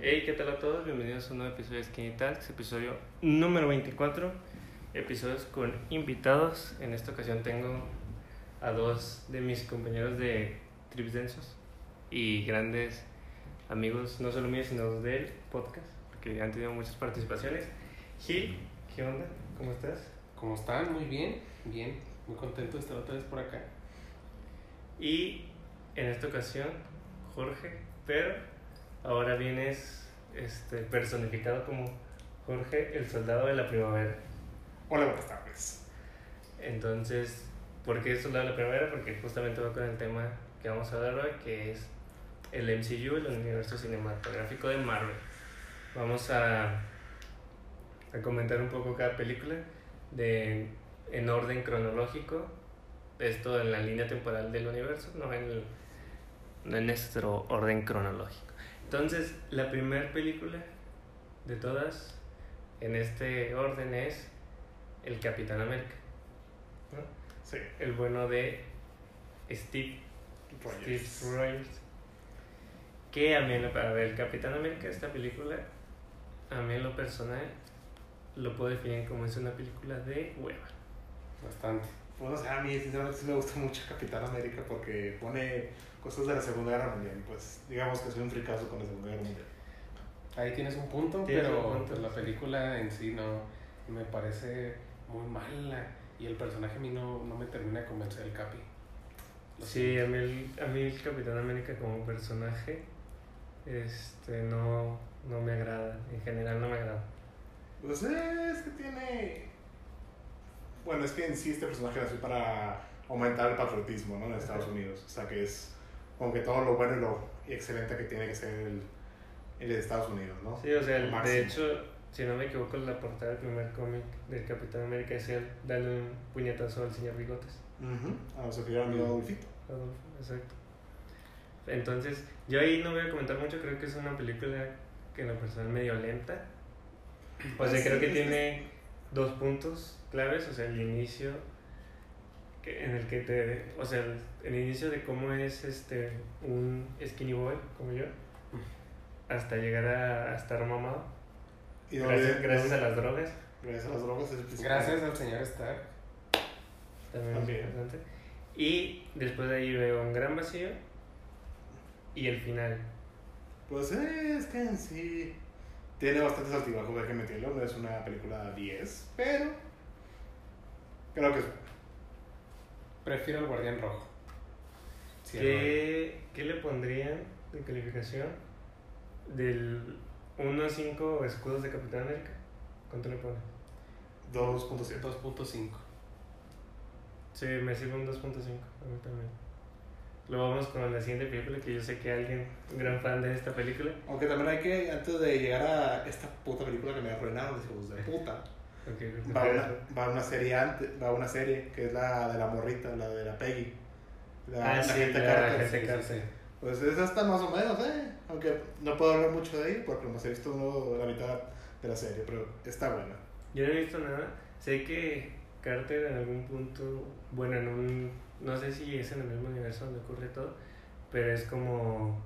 Hey, ¿qué tal a todos? Bienvenidos a un nuevo episodio de Skinny Talks, episodio número 24. Episodios con invitados. En esta ocasión tengo a dos de mis compañeros de Trips Densos y grandes amigos, no solo míos, sino del podcast, porque han tenido muchas participaciones. Gil, ¿qué onda? ¿Cómo estás? ¿Cómo están? Muy bien, bien. Muy contento de estar otra vez por acá. Y en esta ocasión, Jorge, pero ahora vienes este, personificado como Jorge, el soldado de la primavera. Hola, buenas tardes. Entonces, ¿por qué el soldado de la primavera? Porque justamente va con el tema que vamos a hablar hoy, que es el MCU, el universo cinematográfico de Marvel. Vamos a, a comentar un poco cada película de, en orden cronológico, esto en la línea temporal del universo, no en, el- no en nuestro orden cronológico. Entonces, la primera película de todas en este orden es El Capitán América, Sí, el bueno de Steve Steve Rogers. Que a mí, en lo- a ver, Capitán América, esta película, a mí en lo personal, lo puedo definir como es una película de hueva. Bastante. Pues, o sea, a mí sinceramente sí me gusta mucho Capitán América porque pone cosas de la Segunda Guerra Mundial. y, Pues digamos que soy un fricazo con la Segunda Guerra Mundial. Ahí tienes un punto, Tienes pero un punto. pues, la película en sí no me parece muy mala. Y el personaje a mí no, no me termina de convencer el Capi. Lo Sí, a mí, el, a mí el Capitán América como personaje este, no, no me agrada, en general no me agrada. Pues eh, es que tiene. Bueno, es que en sí este personaje nació para aumentar el patriotismo ¿no? en Estados Ajá. Unidos. O sea, que es como que todo lo bueno y lo excelente que tiene que ser el, el de Estados Unidos, ¿no? Sí, o sea, Lo el- máximo. de hecho, si no me equivoco, la portada del primer cómic del Capitán América es el darle un puñetazo al señor Bigotes. Ujú. Ah, A nuestro querido Mm. amigo Adolfito. Adolfo, exacto. Entonces, yo ahí no voy a comentar mucho, creo que es una película que en lo personal medio lenta. O sea, Ah, Sí, creo que es- tiene dos puntos claves, o sea, el inicio que- en el que te, o sea, el, el inicio de cómo es este un skinny boy como yo Mm. hasta llegar a, a estar mamado. Y no Gracias, olviden- gracias a las drogas, Gracias a las drogas. es el principal. Gracias al señor Stark. también es También. importante. Y después de ahí veo un gran vacío y el final. Pues eh, es que en sí tiene bastantes altibajos, hay que meterlo. No es una película 10, pero creo que es. Prefiero al Guardián Rojo. Sí, ¿Qué, ¿Qué le pondrían de calificación del 1 a 5 escudos de Capitán América? ¿Cuánto le ponen? 2.7. 2.5. Sí, me sirve un 2.5, a mí también. Lo vamos con la siguiente película, que yo sé que alguien, un gran fan de esta película. Aunque también hay que, antes de llegar a esta puta película que me arruinaron, dije, pues de puta, Okay, va una, va una serie antes, va una serie que es la de la morrita, la de la Peggy. La, Ah, la sí, gente la Carter. gente- Sí, sí, sí. Pues esa está más o menos, ¿eh? Aunque no puedo hablar mucho de ella porque hemos he visto solo la mitad de la serie, pero está buena. Yo no he visto nada. Sé que Carter en algún punto, bueno, en un, no sé si es en el mismo universo donde ocurre todo, pero es como,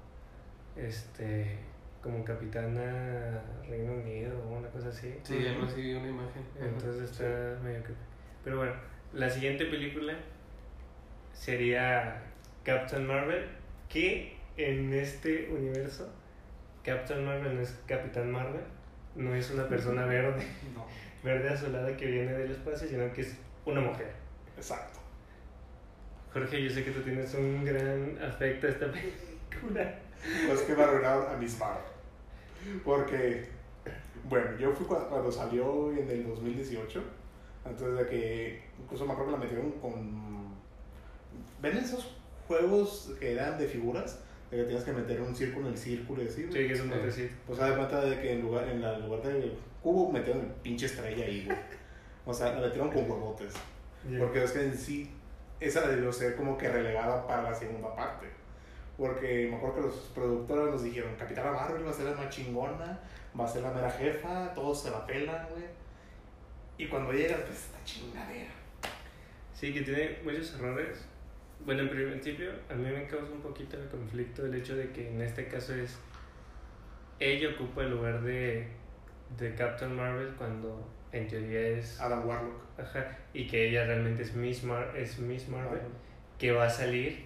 este, como capitana Reino Unido o una cosa así. Sí, yo recibí una imagen. Entonces Sí. está medio creepy. Pero bueno, la siguiente película sería Captain Marvel, que en este universo, Captain Marvel no es Capitán Marvel, no es una persona verde No. verde azulada que viene del espacio, sino que es una mujer. Exacto. Jorge, yo sé que tú tienes un gran afecto a esta película. Pues que me arruinaron a mis manos. Porque, bueno, yo fui cua- cuando salió en el 2018, antes de que, incluso me acuerdo que la metieron con... ¿Ven esos juegos que eran de figuras? De que tenías que meter un círculo en el círculo y así. Sí, güey? que es un Sí. botecito. Pues se da cuenta de que en lugar, en la- en lugar del cubo metieron el pinche estrella ahí, güey. O sea, la metieron con huevotes. Porque es que en sí, esa la debió ser como que relegada para la segunda parte. Porque me acuerdo que los productores nos dijeron, Capitana Marvel va a ser la más chingona, va a ser la mera jefa, todos se la pelan, güey. Y cuando llegas, pues esta chingadera. Sí, que tiene muchos errores. Bueno, en principio, a mí me causa un poquito de conflicto el hecho de que en este caso es ella ocupa el lugar de, de Captain Marvel cuando en teoría es... Adam Warlock. Ajá, y que ella realmente es Miss, Mar- es Miss Marvel, que va a salir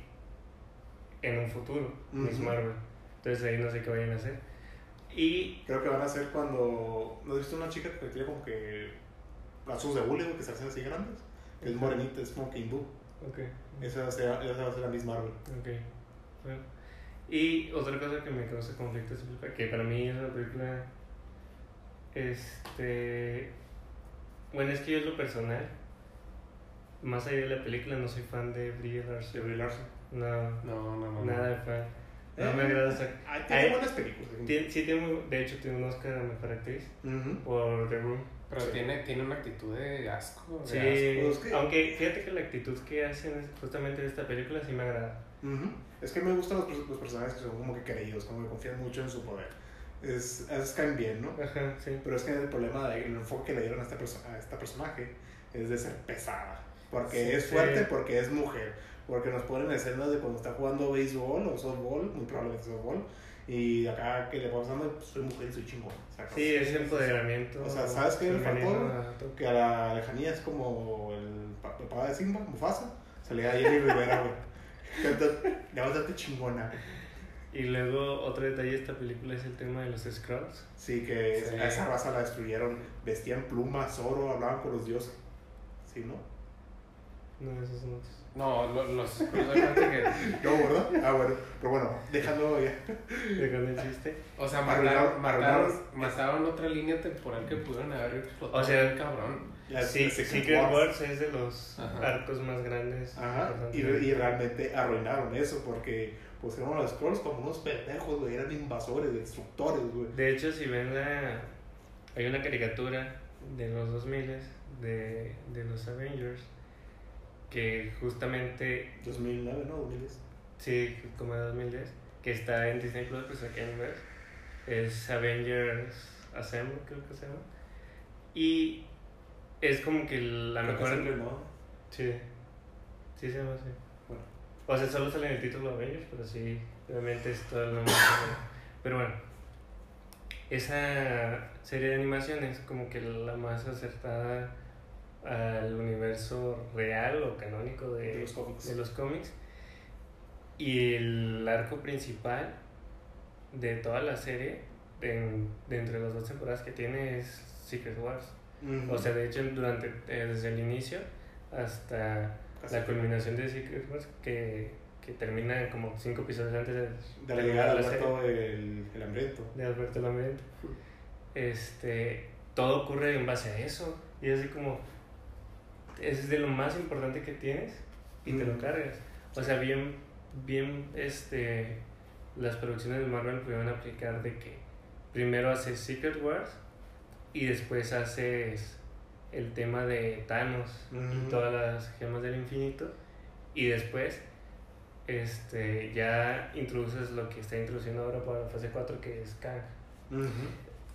en un futuro, Miss Ujú. Marvel. Entonces ahí no sé qué vayan a hacer. Y Creo que van a ser cuando. ¿No has visto una chica que tiene como que. brazos de hule, güey, que se hacen así grandes? Que es Ujú. morenita, es como que hindú. Esa va a ser, esa va a ser la Miss Marvel. Ok. Bueno. Y otra cosa que me causa conflicto es película, que para mí es una película. Este. Bueno, es que yo en lo personal, más allá de la película, no soy fan de Brie De Larson. Brie Larson. No, No, no, no. nada de fan. No me agrada esa. Ah, Tiene Ah, buenas películas. Tien- sí, tiene, un- de hecho, tiene un Oscar a mejor actriz Ujú. por The Room. Pero Sí. tiene, tiene una actitud de asco. de Sí, pues, ¿qué? aunque fíjate que la actitud que hacen justamente de esta película sí me agrada. Ujú. Es que me gustan los, pers- los personajes que son como que creídos, como que confían mucho en su poder. Es, es caen bien, ¿no? Ajá, sí. Pero es que el problema del enfoque que le dieron a esta, perso- a esta personaje es de ser pesada. Porque Sí, es sí. fuerte, porque es mujer. Porque nos ponen escenas de cuando está jugando béisbol o softball, muy probablemente softball. Y acá que le va pasando, pues, soy mujer y soy chingón. sacas. Sí, ese empoderamiento. O sea, ¿sabes qué le femenino faltó? a Thor? Que a la lejanía es como el pa- papá de Simba, Mufasa. Se le da a Jenny Rivera, güey. Entonces, Levántate chingona. Y luego otro detalle de esta película es el tema de los Skrulls. Sí, que Sí. a esa raza la destruyeron. Vestían plumas, oro, hablaban con los dioses. ¿Sí, no? No, esos son otros. No, lo- los Skrulls, acuérdate que- No, ¿verdad? Ah, bueno. Pero bueno, dejando ya. Dejando el chiste. O sea, Arruinaron- mataron, mataron, arruinaron- mataron otra línea temporal que pudieron haber explotado. O sea, el cabrón. Las sí, Secret Secret Wars. Wars es de los Ajá. arcos más grandes. Ajá. importantes. Y, y realmente arruinaron eso porque pusieron a los Scrolls como unos pendejos, güey. Eran invasores, destructores, güey. De hecho, si ven la... Hay una caricatura de los 2000 de, de los Avengers que justamente, 2009, ¿no? 2010. sí, como de 2010, que está en Disney Plus, pues aquí en ver. Es Avengers Assemble, creo que se llama. Y es como que la Creo que mejor... siempre no. Sí. Sí se llama así. Bueno. O sea, solo sale en el título Avengers, pero sí, realmente es todo el nombre. pero- pero bueno. Esa serie de animación es como que la más acertada al universo real o canónico de, De los cómics. de los cómics. Y el arco principal de toda la serie, de, de entre las dos temporadas que tiene, es Secret Wars. Ujú. O sea, de hecho, durante, eh, desde el inicio hasta Casi. la culminación de Secret Wars, que, que termina como cinco episodios antes de, De Hm. la llegada de del la serie, gato, el, el hambriento. de Alberto Lambrento, este, todo ocurre en base a eso. Y es así como, es de lo más importante que tienes y te lo Ujú. cargas. O sea, bien, bien, este, las producciones de Marvel pudieron aplicar de que primero haces Secret Wars y después haces el tema de Thanos Ujú. y todas las gemas del infinito y después este ya introduces lo que está introduciendo ahora para la fase 4 que es Kang. Ujú.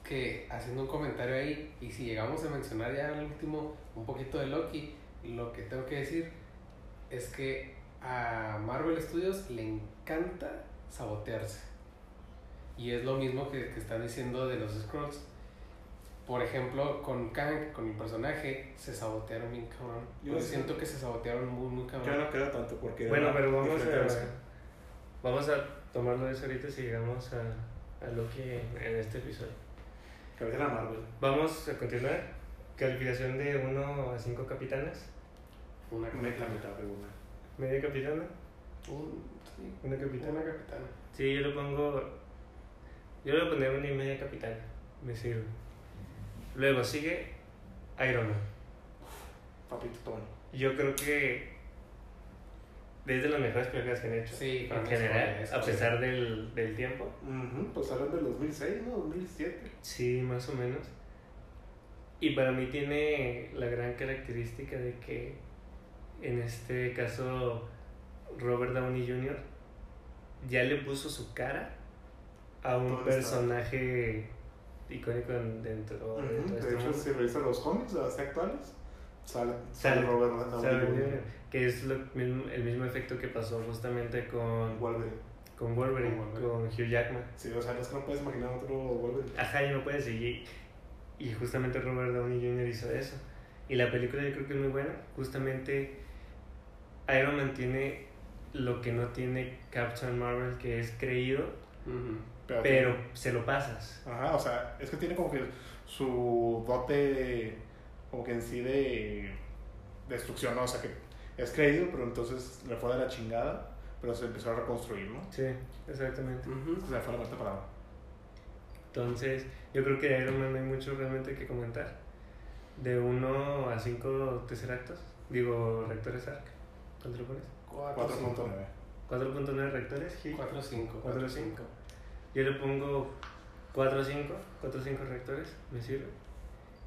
que haciendo un comentario ahí, y si llegamos a mencionar ya al último un poquito de Loki, lo que tengo que decir es que a Marvel Studios le encanta sabotearse. Y es lo mismo que, que están diciendo de los Scrolls. Por ejemplo, con Kang, con mi personaje, se sabotearon bien cabrón. Yo Yo sí. siento que se sabotearon muy, muy Ya cabrón. no queda tanto porque. era Bueno, pero vamos diferente a versión. vamos a tomarlo de eso ahorita si llegamos a, a Loki en, en este episodio. Cabecera Marvel. Vamos a continuar. Calificación de 1 a 5 capitanas. Una Me la capitana. mitad de una. Media capitana. Un- sí, Una capitana. una capitana. Sí, yo le pongo. Yo le voy a poner una y media capitana. Me sirve. Luego sigue Iron Man. Papito Tony. Yo creo que es de las mejores películas que han hecho. Sí, para en mí es general, buena, es a buena. pesar del, del tiempo. Ujú, Pues hablan del 2006, ¿no? 2007. Sí, más o menos. Y para mí tiene la gran característica de que en este caso Robert Downey Jr. ya le puso su cara a un ¿Dónde está? personaje icónico en- dentro de Ujú, todo este De hecho, mundo. si revisas los cómics así actuales, sale, sale Sale- Robert O sea, Downey Jr. Que es lo mismo- el mismo efecto que pasó justamente con Wolverine. con Wolverine, Con con, Wolverine. Hugh Jackman. Sí, o sea, es que no puedes imaginar otro Wolverine. Ajá, y no puedes seguir. Y justamente Robert Downey Jr. hizo eso. Y la película yo creo que es muy buena. Justamente Iron Man tiene lo que no tiene Captain Marvel, que es creído, Ujú. pero se lo pasas. Ajá, o sea, es que tiene como que su dote, como que en sí de destrucción, ¿no? O sea, que es creído, pero entonces le fue de la chingada, pero se empezó a reconstruir, ¿no? Sí, exactamente. Ujú. O sea, fue la muerte parada. Entonces, yo creo que de Iron Man no hay mucho realmente que comentar. De 1 a 5 tesseractos, digo, rectores arc. ¿Cuánto lo pones? pues 4.9. 4.9 rectores, Hugh. 4-5. Cuatro, 4-5. Yo le pongo 4 o 5, 4 o 5 reactores, me sirve.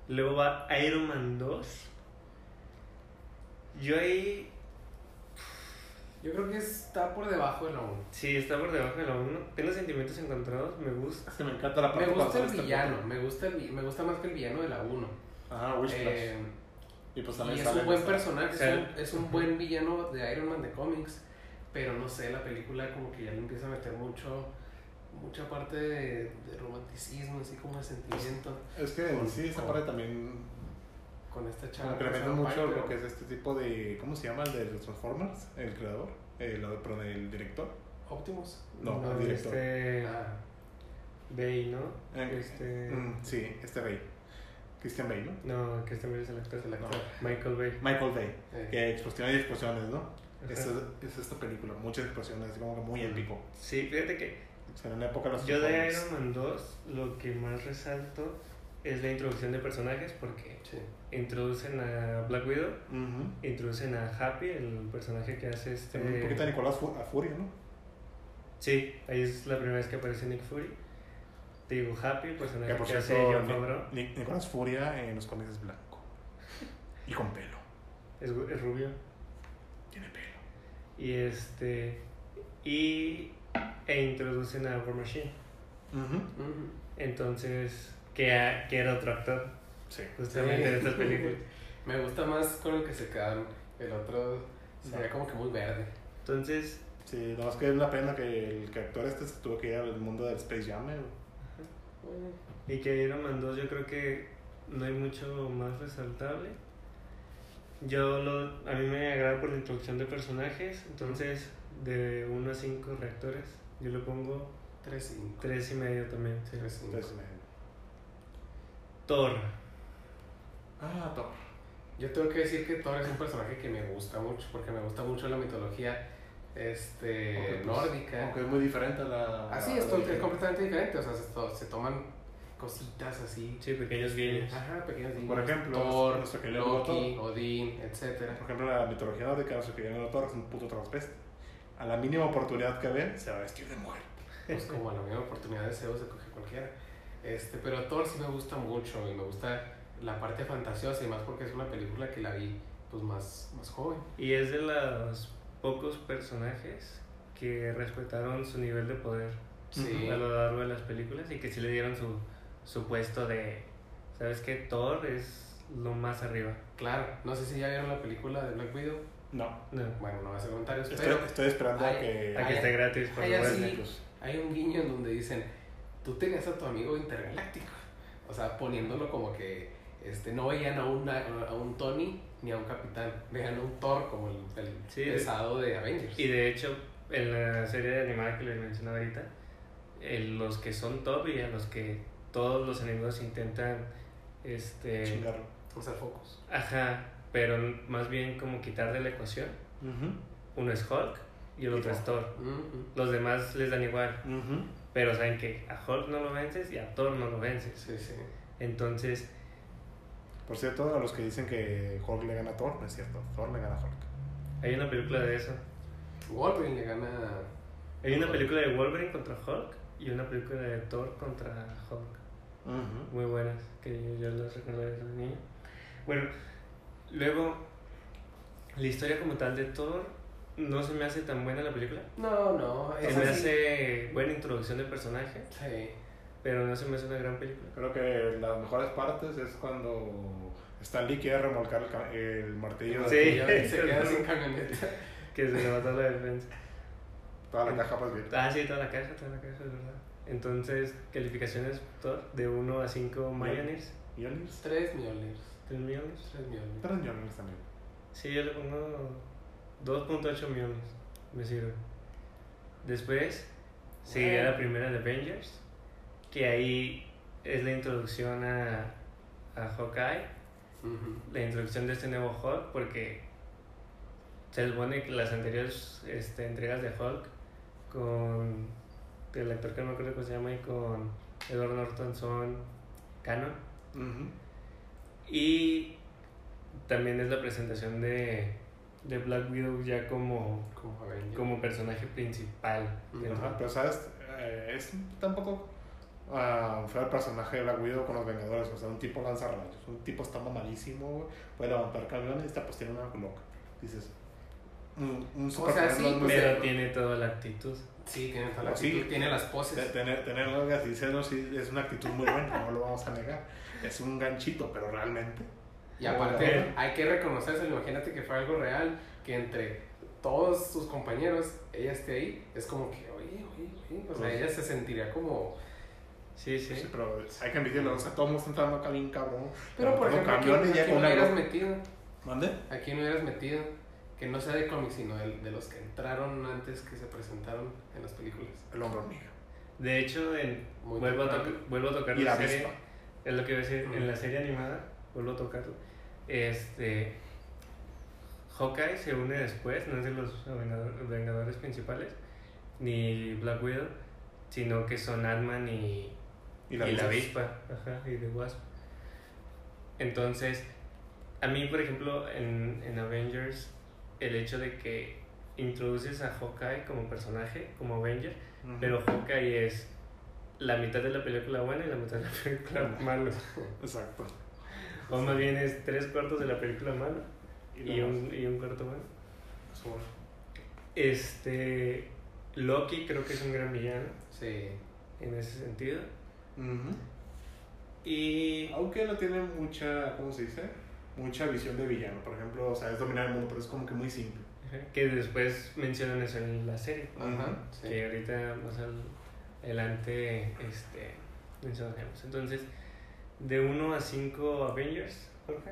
Luego va Iron Man 2. Yo ahí, Yo creo que está por debajo de la 1. sí, está por debajo de la 1. Tengo sentimientos encontrados, me gusta. Es que me encanta la Me parte gusta cuando el sale este villano, punto. me gusta, el, vi- me gusta más que el villano de la 1. Ajá, Wishclash. Eh, y pues y también es sale un buen esta- personaje, es Sale. un, es un buen villano de Iron Man de cómics, pero no sé, la película como que ya le empieza a meter mucho, mucha parte de, de romanticismo, así como de sentimiento Es que en sí, esa Con- parte también. con esta chava. Como que le meten Sarah mucho Piper. lo que es este tipo de. ¿Cómo se llama el de los Transformers? El creador. El, perdón, el director. Optimus. No, No, el director. este. Ah, Bay, ¿no? Eh, Este. Mm, sí, este Bay. Christian Bay, ¿no? No, que este me es el actor. es el actor. Michael Bay. Michael Bay. Eh, Que explosiones y explosiones, ¿no? Ajá. Este Es, es esta película, muchas explosiones, como que muy épico. Sí, fíjate que O sea, en la época de los yo de Transformers. Iron Man 2 lo que más resalto es la introducción de personajes porque sí. introducen a Black Widow. Ujú. Introducen a Happy, el personaje que hace este. También un poquito de Nicolás Fu- a Furio, ¿no? Sí, ahí es la primera vez que aparece Nick Fury. Te digo Happy, el personaje Que por que hace John cierto, Favreau. Ni- Ni- Nicolás Furia en los cómics es blanco. Y con pelo. Es, gu- es rubio. Tiene pelo. Y este. Y. E introducen a War Machine. Ujú. Ujú. Entonces. Que, a- que era otro actor, Sí. justamente en Sí. estas películas. Me gusta más con el que se quedaron. El otro se veía como que muy verde. Entonces. Sí, nada más que es una pena que el que actor este se tuvo que ir al mundo del Space Jam. eh. Y que Iron Man 2, yo creo que no hay mucho más resaltable. Yo lo, a mí me agrada por la introducción de personajes, entonces de 1 a 5 reactores, yo le pongo 3-5. 3 y medio también. sí. 3-5. Entonces, me- Thor. Ah, Thor. Yo tengo que decir que Thor es un personaje que me gusta mucho, porque me gusta mucho la mitología este, Aunque, pues, nórdica. Aunque es muy diferente a la. Así, a es, Thor la- es completamente diferente, o sea, se, to- se toman cositas así. Sí, pequeños guiños. Ajá, pequeños guiños. Por ejemplo, Thor, nuestro querido Loki, Odín, etc. Por ejemplo, la mitología nórdica, no sé qué, no Thor es un puto transvesti. A la mínima oportunidad que ve, se va a vestir de mujer. Pues como a la misma oportunidad de Zeus se coge cualquiera. Este, pero Thor sí me gusta mucho y me gusta la parte fantasiosa y más porque es una película que la vi pues más, más joven. Y es de los pocos personajes que respetaron su nivel de poder Sí. a lo largo de las películas y que sí le dieron su, su puesto de, ¿sabes qué? Thor es lo más arriba. Claro, no sé si ya vieron la película de Black Widow. No. No, Bueno, no voy a hacer comentarios, Estoy, pero estoy esperando Ay, a que. a que esté gratis, por ay, así supuesto. Pues, hay un guiño en donde dicen, tú tenías a tu amigo intergaláctico. O sea, poniéndolo como que este, no veían a, una- a un Tony ni a un capitán, veían a un Thor como el, el Sí. pesado de Avengers. Y de hecho, en la serie de animada que les menciono ahorita, eh, los que son top y a los que todos los enemigos intentan, Eh. este, Chingarlo. O sea, Focus. ajá, pero más bien como quitar de la ecuación. Ujú. Uno es Hulk y el otro es Thor. Ujú. Los demás les dan igual, Ujú. pero saben que a Hulk no lo vences y a Thor no lo vences. Sí, sí. Entonces, Por cierto, a los que dicen que Hulk le gana a Thor, no es cierto. Thor le gana a Hulk. hay una película de eso. Wolverine le gana. Hay una Hulk. película de Wolverine contra Hulk y una película de Thor contra Hulk. muy buenas que yo las recuerdo desde niño. Bueno, luego la historia como tal de Thor no se me hace tan buena la película. No, no, Se es me así. hace buena introducción de personaje, Sí. pero no se me hace una gran película. Creo que las mejores partes es cuando Stanley quiere remolcar el, ca- el martillo. Sí. Y ya se queda sin camioneta. Que se le va toda la defensa. Toda la caja más bien. Ah, sí, toda la caja, toda la caja, es verdad. Entonces, calificaciones Thor, de 1 a 5 Mayonnaise, ¿Mjolnirs? Tres Mjolnirs. 3 millones. Tres Mjolnirs. Tres Mjolnirs también. Sí, yo le pongo 2.8 millones, me sirve. Después, seguiría la primera de Avengers, que ahí es la introducción a, a Hawkeye. Ujú. la introducción de este nuevo Hulk porque se supone que las anteriores este, entregas de Hulk con el actor que no me acuerdo cómo se llama y con Edward Norton son canon y también es la presentación de, de Black Widow ya como, Como Avenger. como personaje principal dentro. Ajá, pero sabes, Eh, es tampoco ah, fue el personaje de Black Widow con los Vengadores. O sea, un tipo lanza rayos, un tipo está mamadísimo, güey. Puede levantar camiones y está pues tiene una loca. Dices, un, un sea, sí, no es muy- pero tiene toda la actitud Sí, tiene toda la Sí. actitud, tiene las te- poses. Tener, tener largas y senos sí, es una actitud muy buena, no lo vamos a negar. Es un ganchito, pero realmente. Y aparte, hay que reconocérselo. Imagínate que fue algo real, que entre todos sus compañeros, ella esté ahí. Es como que, oye, oye, oye. O sea, Pues- ella se sentiría como. sí sí Sí, pero hay que admitirlo, o sea, todos están entrando acá bien cabrón. Pero por Con ejemplo, aquí, camiones ya aquí con no hubieras algo. metido. ¿Mande? Aquí no hubieras metido. Que no sea de cómics, sino de, de los que entraron antes que se presentaron en las películas. El hombre hormiga. de hecho en- Muy vuelvo, a temprano. toc- vuelvo a tocar Y la serie. avispa. Es lo que iba a decir, Ujú. en la serie animada, vuelvo a tocarlo, este, Hawkeye se une después, no es de los vengador- Vengadores principales, ni Black Widow, sino que son Ant-Man y, Y y la avispa. avispa, ajá, y The Wasp. Entonces, a mí, por ejemplo, en, en Avengers, el hecho de que introduces a Hawkeye como personaje, como Avenger, Ujú. pero Hawkeye es la mitad de la película buena y la mitad de la película mala. Exacto. O más bien es tres cuartos de la película mala y la- un, y un cuarto bueno. su- Este. Loki creo que es un gran villano Sí. en ese sentido. Ujú. Y. Aunque no tiene mucha, ¿cómo se dice? Mucha visión de villano, por ejemplo, o sea, es dominar el mundo, pero es como que muy simple. ajá, Que después mencionan eso en la serie. Ajá. Sí. Que ahorita más al- adelante este, mencionaremos. Entonces, de 1 a 5 Avengers, Jorge.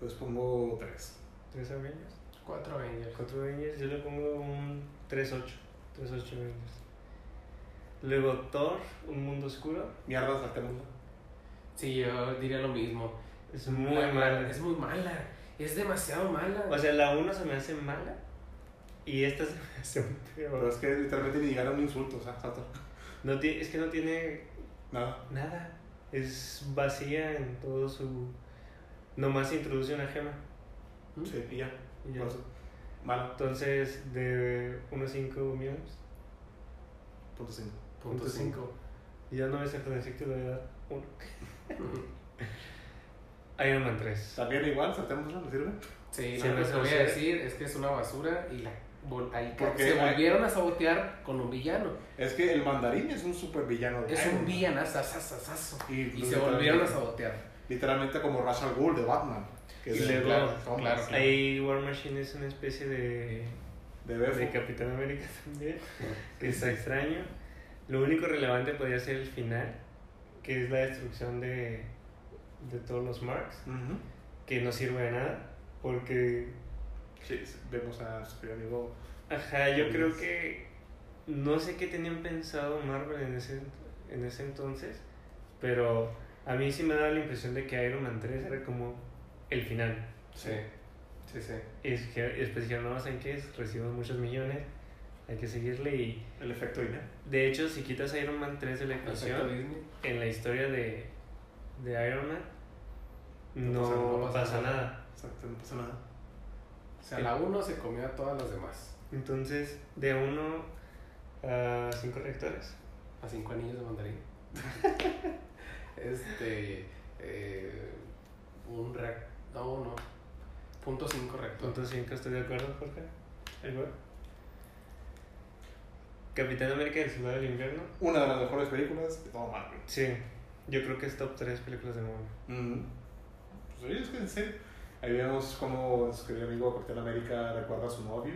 Pues pongo tres. 3 Avengers. Cuatro Avengers. 4 Avengers, yo le pongo un 3-8. 3-8 Avengers. Luego Thor, Un Mundo Oscuro. Mierda, saltémosla. Sí, yo diría lo mismo. Es muy mala. Pues, Es muy mala. Es demasiado mala. O sea, la 1 se me hace mala y esta se me hace un Pero peor. Pues, es que literalmente ni llegar a un insulto, o sea, salta. No ti- es que no tiene Nada. nada. Es vacía en todo su. Nomás introduce una gema. Mm, Sí, y ya. y ya. pues, Por eso. Mala. Entonces, de 1.5 millones. Punto cinco. punto punto cinco. Y ya no es el concepto de edad 1. Iron Man 3. También igual, saltémosla, ¿le sirve? Sí, Sí, lo no que sé. voy a decir es que es una basura y la vol- al- Porque se hay- volvieron a sabotear con un villano. Es que el mandarín es un super villano. Es un villanazazazazazo. Y, Y pues, se volvieron a literalmente- sabotear. Literalmente como Rachel Gould de Batman. Que Y es luego- Black Thomas, claro. sí. Ahí War Machine es una especie de De Befo. de Capitán América también, que está extraño. Lo único relevante podría ser el final, que es la destrucción de, de todos los Marks, Ujú. que no sirve de nada, porque, Sí, sí, vemos a su querido amigo. ajá, yo Sí. creo que no sé qué tenían pensado Marvel en ese, en ese entonces, pero a mí sí me daba la impresión de que Iron Man 3 era como el final. Sí. Sí, sí. Y es que después dijeron, no, ¿saben qué? Recibimos muchos millones, hay que seguirle y... El efecto INE. De hecho, si quitas Iron Man 3 de la Perfecto ecuación, Disney. en la historia de, de Iron Man no, no No pasa- pasa, pasa nada. Exacto, no pasa nada. O sea, la 1 se comió a todas las demás. Entonces, de uno a cinco reactores. A cinco anillos de mandarín. este. eh, un reactor. No, no. Punto cinco reactor. Punto 5, estoy de acuerdo, Jorge. El güey. Capitán América del Soldado del Invierno. Una de las mejores películas de todo Marvel. Sí, yo creo que es top 3 películas de Marvel. Pues oye, es que en serio. Ahí vemos cómo su querido amigo Capitán América recuerda a su novio.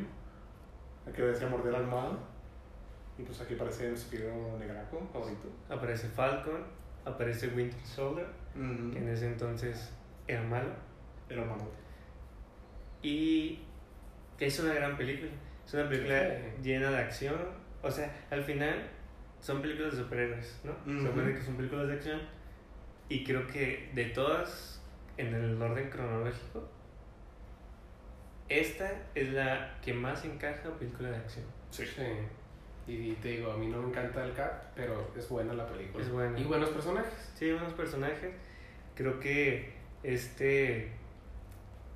El que decía morder al mal. Y pues aquí aparece el superhéroe negraco favorito. Aparece Falcon, aparece Winter Soldier, que en ese entonces era malo. Era malo. Y que es una gran película. Es una película Sí. llena de acción. O sea, al final son películas de superhéroes, ¿no? Ujú. Se supone que son películas de acción. Y creo que de todas, en el orden cronológico, esta es la que más encaja a película de acción. Sí. Sí. Y, y te digo, a mí no me encanta el Cap, pero es buena la película. Es buena. Y buenos personajes. Sí, buenos personajes. Creo que este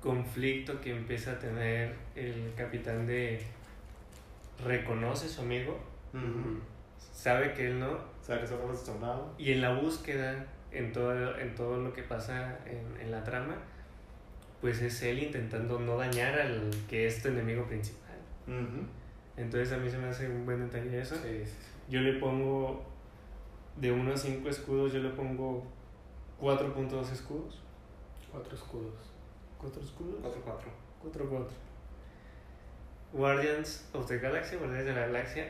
conflicto que empieza a tener el capitán de reconoce a su amigo, Ujú. sabe que él no, O sea, que se fue sonado. y en la búsqueda, en todo, en todo lo que pasa en, en la trama, pues es él intentando no dañar al que es tu enemigo principal. Entonces a mí se me hace un buen detalle eso. Sí, sí, sí. Yo le pongo, de unos a 5 escudos, yo le pongo 4.2 escudos. Cuatro escudos. ¿Cuatro escudos? 4-4. Cuatro, cuatro. Guardians of the Galaxy, Guardianes de la Galaxia,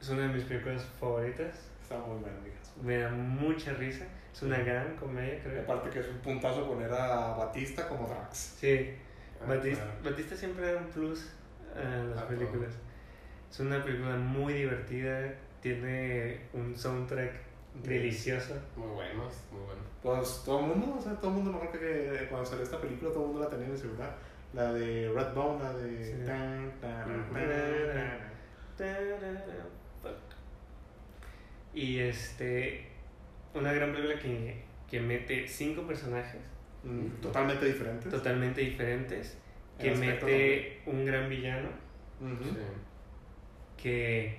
es una de mis películas favoritas. Está muy bueno, digas. Me da mucha risa. Es una gran comedia, Y creo. aparte que es un puntazo poner a Batista como Drax. Sí, Ah, Batista, claro. Batista siempre da un plus a las Ah, A todo. películas. Es una película muy divertida, tiene un soundtrack delicioso. Muy buenos, muy buenos. Pues todo el mundo, o sea, todo el mundo, mejor que cuando salió esta película, todo el mundo la tenía en el celular. La de Redbone, la de. Sí. Tan, tan, Ujú. tan, tan. Y este, una gran película que, que mete cinco personajes Mm, Totalmente diferentes. totalmente diferentes, En que aspecto mete un gran villano, Ujú. Sí. que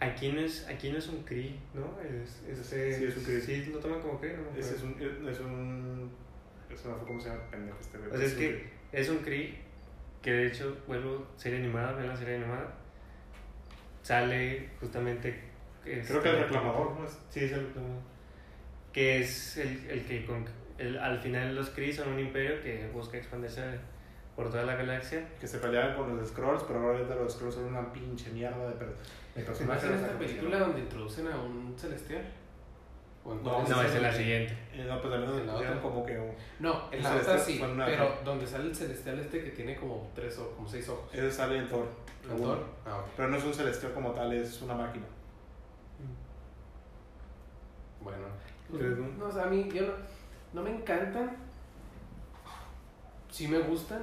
aquí no es, aquí no es un Kree, ¿no? Es, ese- Sí, es un Kree. Sí, lo toman como Kree, ¿no? me Ese es acuerdo. un. Es un. Es una. ¿Cómo se llama? Pendejo este güey. O sea, es que es un Kree, que de hecho, vuelvo, serie animada, vean la serie animada, sale justamente... Creo que este, el reclamador, ¿no? Es- Sí, es el reclamador. Que es el, el que con- el- al final los Kree son un imperio que busca expandirse por toda la galaxia. Que se peleaban con los Scrolls, pero ahorita los Scrolls son una pinche mierda de, per- de ¿No personajes. es en o sea, esta que- película donde introducen a un celestial? ¿O en cuál No, No, esa? es en la siguiente. Eh, no, pues también En la nos pusieron otra. como que. un- No, en Un la otra celestial, sí, fue en una- pero donde sale el celestial este que tiene como tres ojos, como seis ojos. Ese sale en Thor. ¿En Thor? Ah, ok. Pero no es un celestial como tal, es una máquina. Bueno. Pues, Luego. No, o sea, a mí, yo no, no me encantan. Sí me gustan.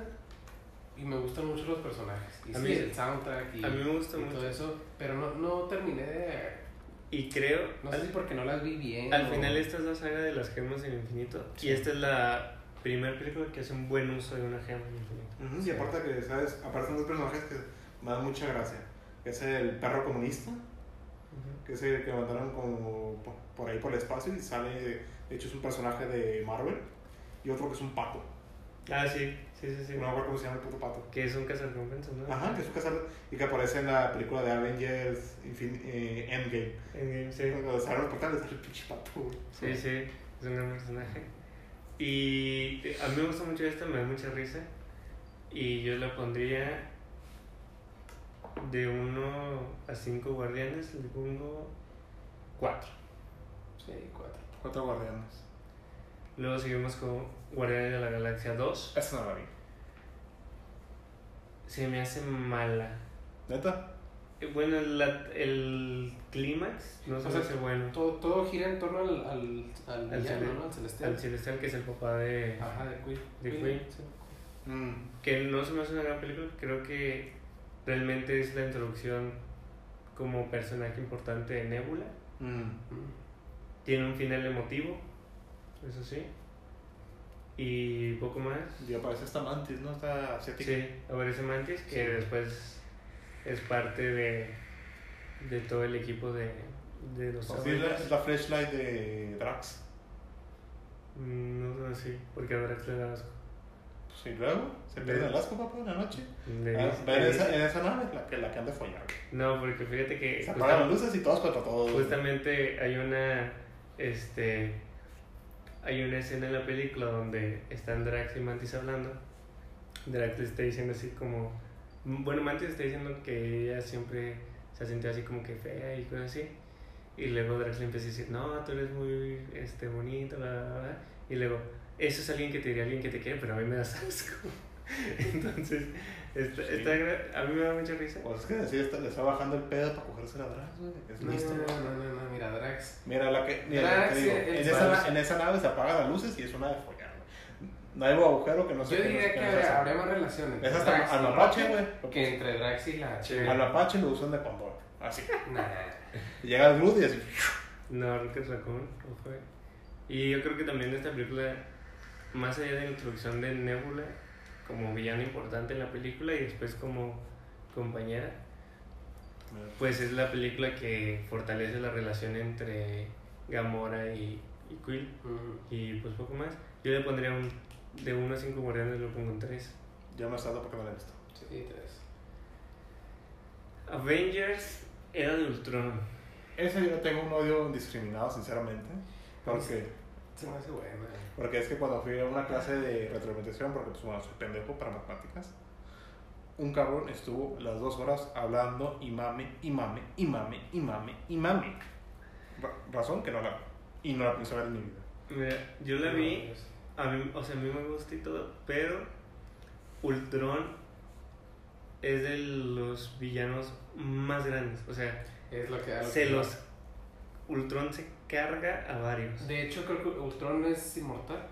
Y me gustan mucho los personajes. Y A sí, mí- el soundtrack y, A mí me gusta y todo mucho. eso. Pero no, no terminé de. Y creo, No sé si al, porque no las vi bien. al o- final esta es la saga de las gemas del infinito. Sí. Y esta es la primera película que hace un buen uso de una gema del infinito. Ujú, Y aparte que, ¿sabes? Aparecen dos personajes que me dan mucha gracia. Que es el perro comunista, que es el que mandaron como po- por ahí por el espacio y sale, de hecho es un personaje de Marvel. Y otro que es un pato. Ah, sí, sí, sí, sí. No me acuerdo cómo se llama el puto pato. Que es un cazarrecompensas, ¿no? Ajá, que es un cazador y que aparece en la película de Avengers Infin- eh, Endgame. En- sí. Cuando se abren los portales, sale el pinche pato, güey. Sí, sí, es un gran personaje. Y a mí me gusta mucho esta, me da mucha risa. Y yo la pondría de 1 a 5 guardianes, le pongo 4. Sí, cuatro. Cuatro guardianes. Luego seguimos con Guardianes de la Galaxia 2. Esa no la vi. Se me hace mala. ¿Neta? Eh, Bueno, la- el clímax no se O me sea, hace bueno. Todo, todo gira en torno al, al, al Al villano, celestial. ¿no? Al celestial. Al celestial que es el papá de... Ajá, de Queen. De Queen. sí. Mm. que no se me hace una gran película, creo que realmente es la introducción como personaje importante de Nebula. Mm. Mm. Tiene un final emotivo, eso sí. Y poco más. Y aparece esta mantis, ¿no? Esta asiática. Sí, aparece Mantis, que Sí. después es parte de, de todo el equipo de, de los Así es la, Avengers. es la flashlight de Drax. Mm, No, no, sí, porque ahora Drax le da asco. Pues, y luego se pierde el asco, papá, en la noche. Le Ah, dice- va en le esa, dice- en esa nave, la que, la que anda a follar. güey. No, porque fíjate que... Se justa- apagan las luces y todos contra todos. güey. Pues Justamente hay una este hay una escena en la película donde están Drax y Mantis hablando. Drax le está diciendo así como Bueno, Mantis está diciendo que ella siempre se ha sentido así como que fea y cosas así. Y luego Drax le empieza a decir, no, tú eres muy este, bonito, bla, bla, bla. Y luego, eso es alguien que te diría, alguien que te quiere, pero a mí me das asco. Entonces, está, Sí. está gra- a mí me da mucha risa. O Pues es que así está, le está bajando el pedo para cogerse la Drax, güey. Es No, listo. no, no, no, no, mira, Drax. Mira, la que, mira, la que Drax, digo, el- en, esa, Drax. na- en esa nave se apagan las luces y es una de follar, güey. No hay agujero que no se Yo diría que habría, habría más relaciones. Es hasta al mapache, güey. Que entre Drax y la H. Al mapache lo usan de condón. Así. Nah. Llega Groot y así. No, Rocket Raccoon, ojo. eh. Y yo creo que también esta película, más allá de la introducción de Nebula como villano importante en la película y después como compañera, pues es la película que fortalece la relación entre Gamora y, y Quill Mm. y pues poco más. Yo le pondría un de 1 a 5 guardianes, le pongo un 3. Yo me salto porque no la he visto. Sí, tres. Avengers Era de Ultron. Ese yo tengo un odio indiscriminado, sinceramente. Porque, Se me hace buena. porque es que cuando fui a una clase de retroalimentación, porque pues bueno, soy pendejo para matemáticas, un cabrón estuvo las dos horas hablando y mame, y mame, y mame, y mame, y mame. Ra- razón que no la... Y no la pienso ver en mi vida. Mira, yo la vi A mí, o sea, a mí me gusta y todo, pero Ultron es de los villanos más grandes. O sea, Es lo que a lo se que- los. Ultron se carga a varios. De hecho, creo que Ultron es inmortal.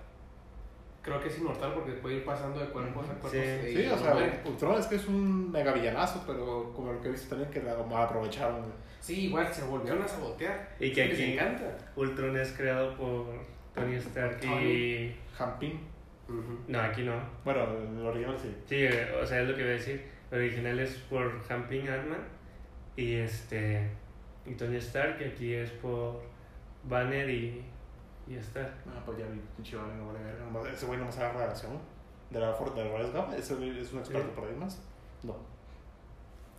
Creo que es inmortal porque puede ir pasando de cuerpos a cuerpos. Sí. y Sí, o no muere. sea, Ultron es que es un mega villanazo, pero como lo que he visto también que la la aprovecharon. güey. Sí, igual se volvieron a sabotear. Y que Es les aquí- encanta. Ultron es creado por Tony Stark y. Tony. Jampín. No, aquí no. Bueno, el original sí. Sí, eh, o sea, es lo que voy a decir. El original es por Hamping Ant-Man y este. Y Tony Stark, y aquí es por Banner y. Y Stark. Ah, pues ya vi, pinche vale, no vale verga. nomás- Ese güey nomás agarra la acción de la Ford de la Forrest Gump. Ese güey es un experto Sí. por ahí más. No.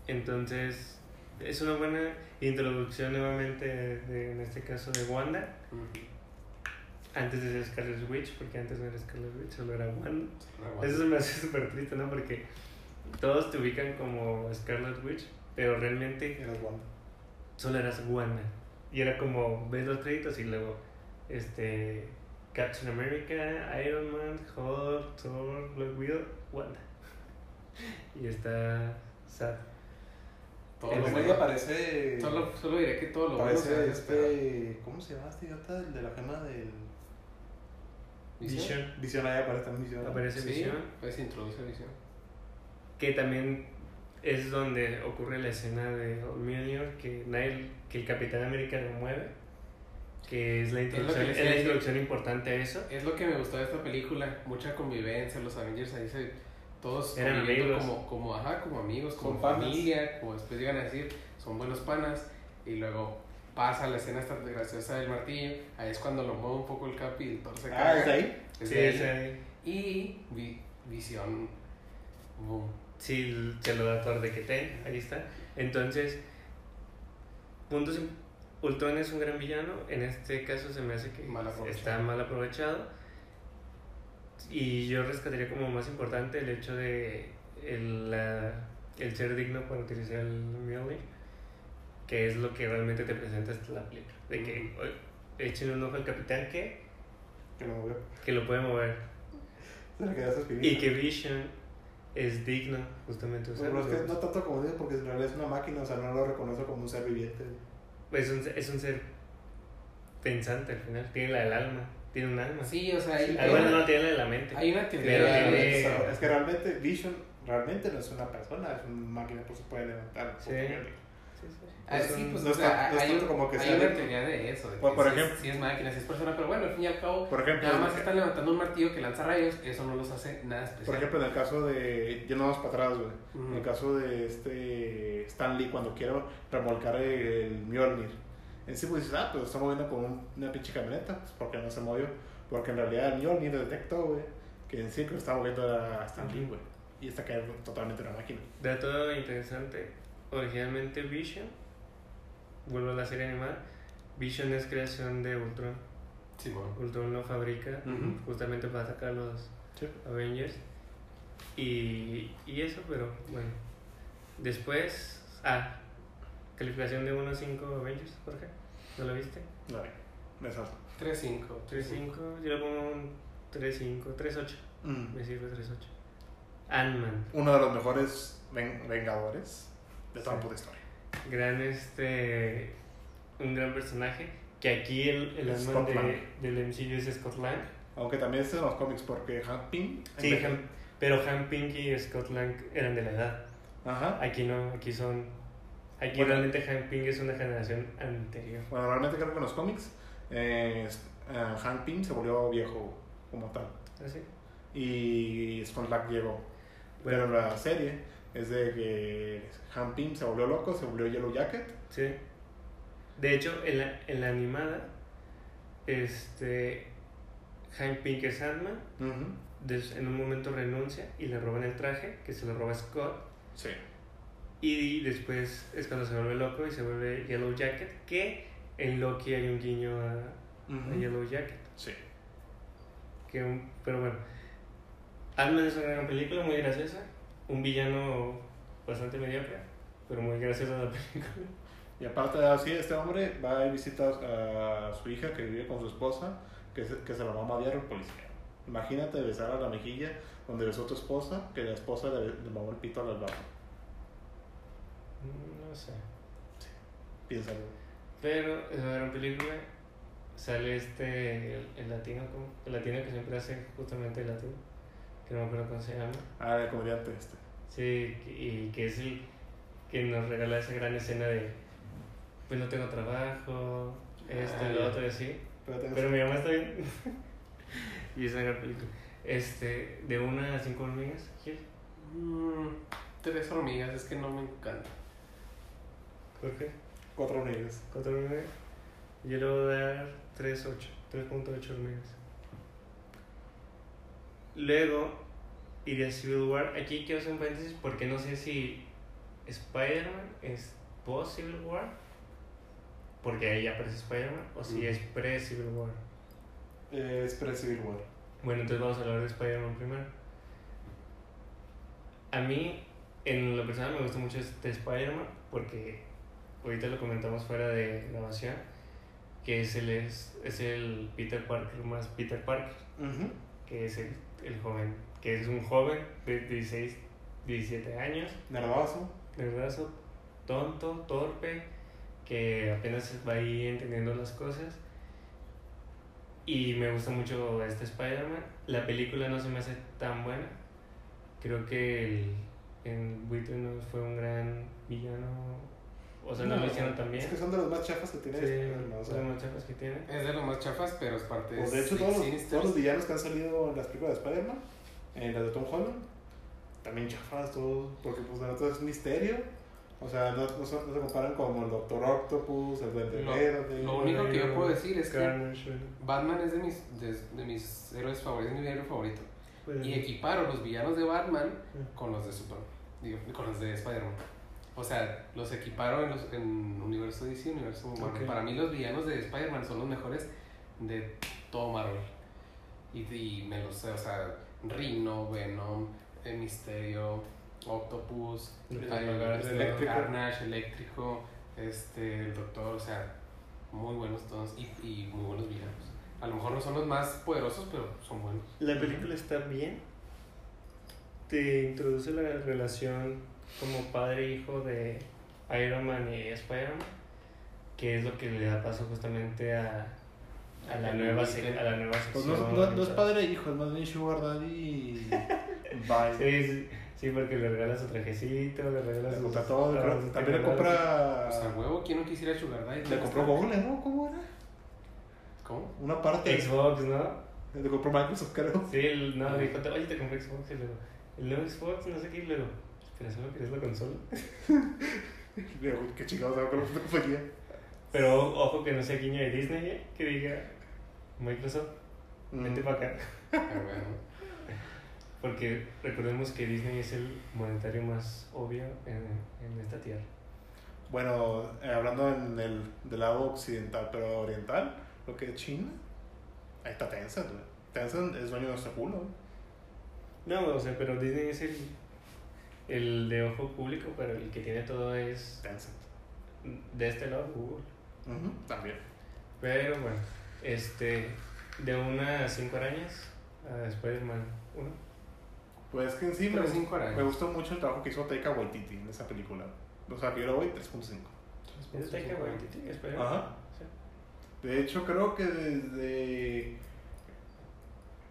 Entonces, es una buena introducción nuevamente, de- en este caso de Wanda. Ujú. Antes de ser Scarlet Witch, porque antes no era Scarlet Witch, solo era Wanda. Aguanta. Eso se me hace súper triste, ¿no? Porque todos te ubican como Scarlet Witch, pero realmente Eres Wanda. solo eras Wanda. Y era como, ves los créditos y luego, este, Captain America, Iron Man, Hulk, Thor, Black Widow, Wanda. Y está sad. Todo El lo güey bueno- parece. Solo, solo diré que todo lo bueno se hace esperar. este ¿Cómo se llama este idiota? El de la gema del. ¿Visión? Vision. Visión ahí aparece también Visión. Aparece Sí, Vision. pues introduce visión. que también es donde ocurre la escena de Old Junior que nadie, que el Capitán América lo mueve que es la lo que introducción, les es la decía. introducción importante a eso Es lo que me gustó de esta película, mucha convivencia, los Avengers ahí se todos Eran conviviendo amigos. como como ajá, como amigos, como Como panas. familia, como después llegan a decir, son buenos panas y luego pasa la escena esta graciosa del martillo, ahí es cuando lo mueve un poco el capi y el Thor se Ah, caga. ¿es ahí? Es sí, de ahí. es ahí. Y vi- visión boom. Sí, se lo da Thor de que te ahí está entonces puntos im- Ultron es un gran villano en este caso se me hace que Mal aprovechado. está mal aprovechado y yo rescataría como más importante el hecho de el, la- el ser digno para utilizar el Mjolnir que es lo que realmente te presenta esta la película de que "Oye, echen un ojo al capitán que Que lo movió. que lo puede mover Se le quedas escribir. y que Vision es digno justamente de Pero es usarlo. que no tanto como dice, porque en realidad es una máquina, o sea, no lo reconoce como un ser viviente. Es un, es un ser pensante al final, tiene la del alma, tiene un alma. Sí, o sea, hay, Ah, hay bueno, no una, tiene la de la mente. hay una Pero teoría tiene- O sea, Es que realmente Vision realmente no es una persona, es una máquina que se puede levantar. Sí. puede- Sí, sí. Ah, Es sí, un- pues, no o sea, está- no hay, está un- como que hay sea una de- teoría de eso. De que Por- por sí es- ejemplo- sí es máquina, sí es persona, pero bueno, al fin y al cabo, Por ejemplo, nada más están levantando un martillo que lanza rayos, eso no los hace nada especial. Mm. Por ejemplo, en el caso de. Ya no vamos para atrás, güey. Ujú. En el caso de este. Stanley, cuando quiero remolcar el Mjolnir. En sí, pues dices, ah, pues está moviendo con un- una pinche camioneta. Pues, ¿Por qué no se movió? Porque en realidad el Mjolnir detectó, güey, que en sí que lo estaba moviendo era Stanley, güey. Y está cayendo totalmente una máquina. Dato interesante, originalmente Vision, vuelvo a la serie animada, Vision es creación de Ultron. Sí, bueno. Ultron lo fabrica Ujú. justamente para atacar a los Sí. Avengers. Y, y eso, pero bueno. Después, ah, calificación de 1 a 5 Avengers, Jorge. ¿No lo viste? No, me salto. 3-5. 3-5, yo le pongo un 3-5, 3-8. Mm. Me sirve 3-8. Ant-Man, Uno de los mejores ven- vengadores de toda Sí. la puta historia. gran este. Un gran personaje. Que aquí el, el Es Ant-Man Scott de, Lang. del MCU es Scott Lang. Aunque también es en los cómics porque Han Pym. Sí, enveje- Han- pero Han Pink y Scott Lang eran de la edad. Ajá. Aquí no, aquí son. Aquí Bueno. realmente Han Pink es una generación anterior. Bueno, realmente creo que en los cómics eh, es- eh, Han Pym se volvió viejo como tal. ¿Así? Y Scott Lang llegó. Pero en la serie es de que Han Pym se volvió loco, se volvió Yellow Jacket. Sí. De hecho, en la, en la animada, este. Hank Pink es Ant-Man, Ujú. des- en un momento renuncia y le roban el traje, que se lo roba Scott, Sí. y después es cuando se vuelve loco y se vuelve Yellow Jacket, que en Loki hay un guiño a, a Yellow Jacket. Sí. Que un- pero bueno, Ant-Man es una gran película, muy graciosa, un villano bastante mediocre, pero muy graciosa la película. Y aparte de así, este hombre va y visita a su hija que vive con su esposa, que se, que se la va a madear el policía. Imagínate besar a la mejilla donde besó tu esposa, que la esposa le, le mamó el pito al barro. No sé. Piénsalo. Pero es una gran película. Sale este, el, el latino, ¿cómo? El latino que siempre hace justamente el latino, que no me acuerdo cómo se llama. Ah, el comediante este. Sí, y que es el que nos regala esa gran escena de, pues no tengo trabajo, esto, Ah, lo ya. otro, y así. Pero Pero, mi mamá está bien. y es una gran película. Este, de una a cinco hormigas, Gil. Mm, tres hormigas, es que no me encanta. ¿Por qué? cuatro niños. ¿Cuatro hormigas? Yo le voy a dar 3.8, 3.8 hormigas. Luego iría a Civil War. Aquí quiero hacer un paréntesis porque no sé si Spider-Man es post Civil War, porque ahí aparece Spider-Man, o si Mm. es pre Civil War. Eh, es pre-Civil War. Bueno, entonces vamos a hablar de Spider-Man primero. A mí, en lo personal, me gusta mucho este Spider-Man porque ahorita lo comentamos fuera de grabación, que es el, es, es el Peter Parker más Peter Parker, que es el, el joven, que es un joven de 16, 17 años, Nerdazo. nerdazo, tonto, torpe, que apenas va ahí entendiendo las cosas. Y me gusta mucho este Spider-Man. La película no se me hace tan buena. Creo que el, el buitre no fue un gran villano. O sea, no, lo hicieron tan bien. Es que son de los más chafas que tiene Sí, Spider-Man, o sea. las machacas que tiene. Es de los más chafas, pero es parte Pues de hecho, Six todos los, Sinister. todos los villanos que han salido en las películas de Spider-Man, en las de Tom Holland, también chafas todos, porque pues nada, todo es misterio. O sea, no, no son- no se comparan como el Doctor Octopus, el Duende Lo- Verde. lo único que eh, yo puedo decir es que- Carnage, bueno, Batman es de mis, de, de mis héroes favoritos, es mi héroe favorito. pues, Y equiparo los villanos de Batman Ujú. con los de Superman, digo, con los de Spider-Man. O sea, los equiparo en, los, en universo DC, universo Marvel. Ok. Para mí los villanos de Spider-Man son los mejores de todo Marvel. Y, y me los sé, o sea, Rhino, Venom, eh, Misterio, Octopus, El Iron Doctor, Man, el Eléctrico. Carnage, Eléctrico, este, el Doctor, o sea, muy buenos todos y, y muy buenos villanos. A lo mejor no son los más poderosos, pero son buenos. La película está bien. Te introduce la relación como padre-hijo de Iron Man y Spider-Man, que es lo que le da paso justamente a, a, la, nueva sec- a la nueva Pues sección. no, no- no es padre e hijo, es más bien Sugar Daddy y. Bye. Sí, sí, sí, porque le regala su trajecito, le regala Le su. compra todo, le compra- también le compra. O sea, Pues huevo, ¿quién no quisiera Sugar Daddy? Le compró Google, ¿no? ¿Cómo era? ¿Cómo? Una parte. Xbox, ¿no? Le compró Microsoft, creo. Sí, él- no, le dijo, oye, te compré Xbox y luego, el nuevo Xbox, no sé qué, y luego, pero solo querías la consola. Digo, Qué chingados hago con la compañía. Pero ojo que no sea guiño de Disney, ¿eh? que diga Microsoft, vente Mm. para acá. Ah, huevo. Porque recordemos que Disney es el monetario más obvio en, en esta tierra. Bueno, eh, hablando en el, del lado occidental, pero oriental, lo que es China, ahí está Tencent, güey. Tencent es dueño de nuestro culo. No, o sea, pero Disney es el, El de ojo público, pero el que tiene todo es Tencent. de este lado, Google. Ujú, También. Pero bueno, este, de una a cinco arañas a Spider-Man 1. Pues que en sí me, Pero cinco arañas. me gustó mucho el trabajo que hizo Taika Waititi en esa película. O sea, que yo le doy 3.5. Es de Taika Waititi, Spider-Man. Ajá. Sí. De hecho, creo que desde.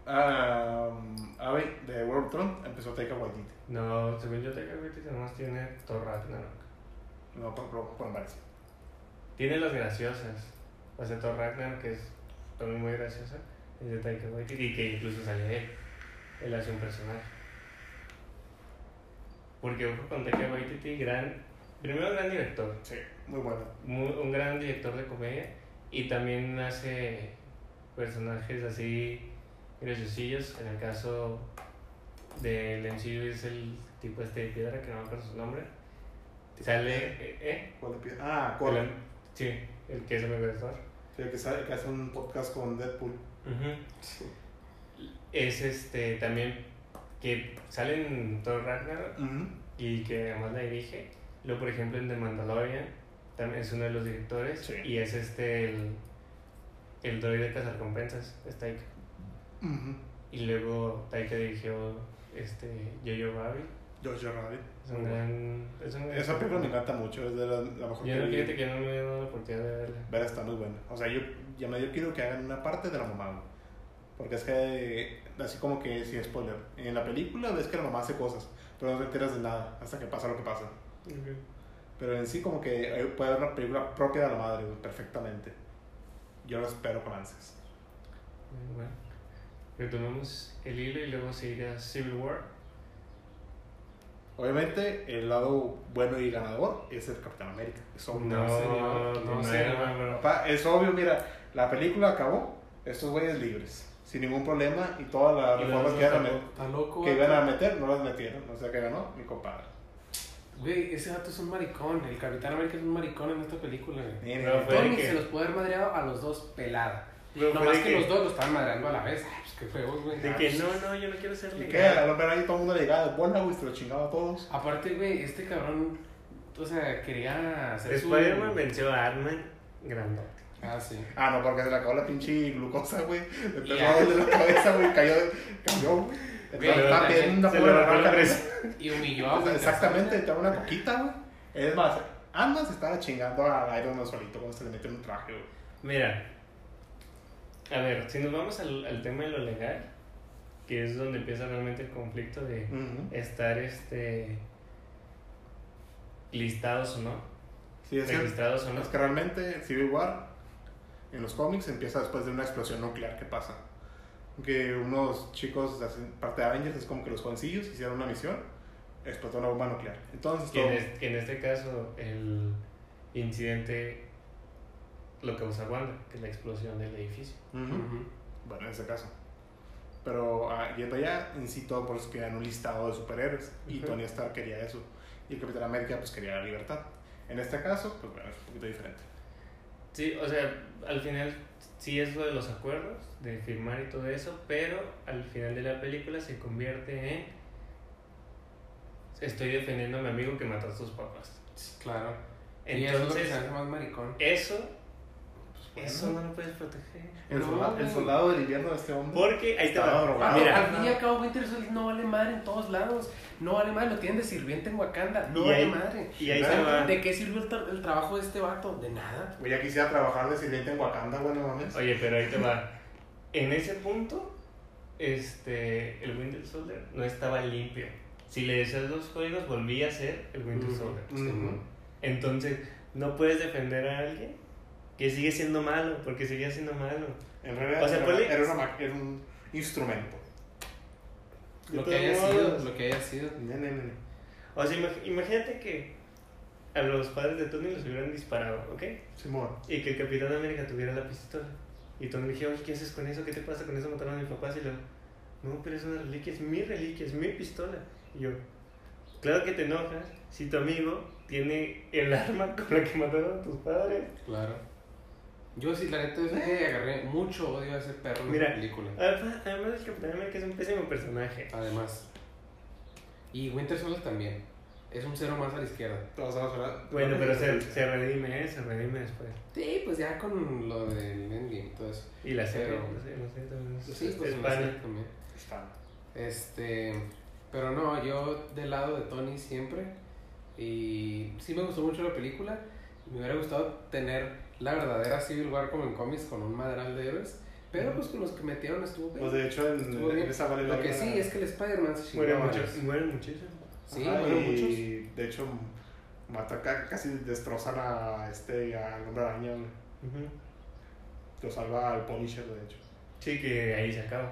Um, Ave- de World of Tron empezó Taika Waititi. No, según yo, Taika Waititi nomás tiene Thor Ragnarok. No, por, por, por varios. Tiene las graciosas. O sea, Thor Ragnarok, que es también muy graciosa, es de Taika Waititi y que incluso sale él. Él hace un personaje. Porque ojo con Taika Waititi, gran, primero gran director, Sí, muy bueno. mu- un gran director de comedia y también hace personajes así graciosillos. En el caso del MCU es el tipo este de piedra, que no me acuerdo su nombre. Sale, eh, ¿eh? ¿Cuál empieza? Ah, Colin. Sí, el que es el mejor actor. El que, sale- que hace un podcast con Deadpool. Es este también que sale en Thor Ragnarok y que además la dirige. Luego, por ejemplo, en The Mandalorian también es uno de los directores Sí. y es este el, el droide cazarrecompensas, es Taika. Ujú. Y luego Taika dirigió este Jojo Rabbit. Jojo Rabbit. Es un gran. Es un gran- Esa película me encanta mucho, es de la, la mejor Yo no vi. fíjate que no me he dado la oportunidad de verla. Verá, está muy buena. O sea, yo ya medio quiero que hagan una parte de la mamá, güey. Porque es que, así como que, sin spoiler, en la película ves que la mamá hace cosas, pero no te enteras de nada hasta que pasa lo que pasa. Pero en sí, como que eh, puede haber una película propia de la madre, güey, perfectamente. Yo lo espero con ansias. Bueno, retomemos el hilo y luego seguirá Civil War. Obviamente, el lado bueno y ganador es el Capitán América. Es obvio. No, señor, no, señor. no, señor. Papá, es obvio, mira, la película acabó, estos güeyes libres, sin ningún problema, y todas las Y reformas las que iban a dos met- Está loco. que vato. iban a meter no las metieron. O sea que ganó mi compadre. Güey, ese gato es un maricón. El Capitán América es un maricón en esta película. güey. Miren, No, fue- Tony que- se los puede haber madreado a los dos pelada. Pero No fue más de que, que- los dos lo estaban madreando a la vez. Ay, pues qué feos, güey. De Ah, que pues. no, no, yo no quiero ser ¿Y qué? legal. A lo mejor ahí todo el mundo le llegaba de bola, güey, se lo chingaba a todos. Aparte, güey, este cabrón, o sea, quería hacer su... Spider-Man venció a Arman grandote. Ah, sí. Ah, no, porque se le acabó la pinche glucosa, güey. Le pegó Ya. de la cabeza, güey, cayó, cayó, güey. Güey, Estaba- Estaba también pidiendo una se pura le bajó la vaca, presión. Y humilló a güey. güey, Exactamente, estaba una coquita, güey. Es más, Ant-Man se estaba chingando a Iron Man solito cuando se le metió en un traje, güey. Mira, a ver, si nos vamos al, al tema de lo legal, que es donde empieza realmente el conflicto de Ujú. estar este listados o no, Sí, es que registrados o no. Es que realmente Civil War en los cómics empieza después de una explosión nuclear que pasa. Que unos chicos de hacen- parte de Avengers es como que los jovencillos hicieron una misión, explotó una bomba nuclear. Entonces, Que en, todo- es- que en este caso el incidente lo causa Wanda, que es la explosión del edificio. Ujú. Ujú. bueno, en ese caso. Pero ah, yendo allá, en sí, todo por eso quedan un listado de superhéroes. Y Ujú. Tony Stark quería eso. Y el Capitán América, pues quería la libertad. En este caso, pues bueno, es un poquito diferente. Sí, o sea, al final sí es lo de los acuerdos, de firmar y todo eso, pero al final de la película se convierte en estoy defendiendo a mi amigo que mató a sus papás. Sí, Claro. y eso es lo que Pues Entonces, se hace más maricón. eso, bueno. eso no lo puedes proteger. El, No, solda- el güey. soldado del invierno de este hombre. Porque ahí te Estaba va. drogado. Al Mira, fin y al cabo, Winter Soldier no vale madre en todos lados. No vale madre, lo tienen de sirviente en Wakanda. Y No vale ahí- madre. y ahí se va. ¿De qué sirve el, tra- el trabajo de este vato? De nada. Güey, ya quisiera trabajar de sirviente en Wakanda, bueno, mames. Oye, pero ahí te va. En ese punto, este, el Winter Soldier no estaba limpio. Si le decías los códigos, volvía a ser el Winter Ujú. Soldier. Sí, Ujú. Entonces, no puedes defender a alguien que sigue siendo malo, porque sigue siendo malo. En realidad O sea, era, ponle- era una ma- era un instrumento. Lo que haya sido, lo que haya sido. Ne, ne, ne, ne. O sea, imag- imagínate que a los padres de Tony los hubieran disparado, ¿ok? Simón. Y que el Capitán América tuviera la pistola. Y Tony le dije, oye, ¿qué haces con eso? ¿Qué te pasa con eso? Mataron a mi papá. Y lo, no, pero es una reliquia, es mi reliquia, es mi pistola. Y yo, claro que te enojas si tu amigo tiene el arma con la que mataron a tus padres. Claro. Yo sí, la neta, es que agarré mucho odio a ese perro en Mira. la película. Además, además el Capitán América es un pésimo personaje. Además. Y Winter Soldier también. Es un cero más a la izquierda. Todos vamos a hablar- Bueno, pero se, se redime, ¿eh? Se redime después. Sí, pues ya con lo del Endgame y todo eso. Y la serie, Pero- no sé, no sé, Este, también es, Sí, es pues me pana. hace también. Está. Este, pero no, yo del lado de Tony siempre. Y sí me gustó mucho la película. Me hubiera gustado tener la verdadera Civil War como en cómics con un madral de héroes. Pero pues con los que metieron estuvo bien. Pues de hecho, en, Estuvo bien. en esa vale Lo la que pena. sí es que el Spider-Man se Muere chingó a mucho, varios. muere muchísimo. Sí, Ajá, bueno, y muchos. de hecho, mata ca- casi destrozan a este, al hombre araña. güey. Ujú. Lo salva al Punisher, de hecho. Sí, que ahí se acaba.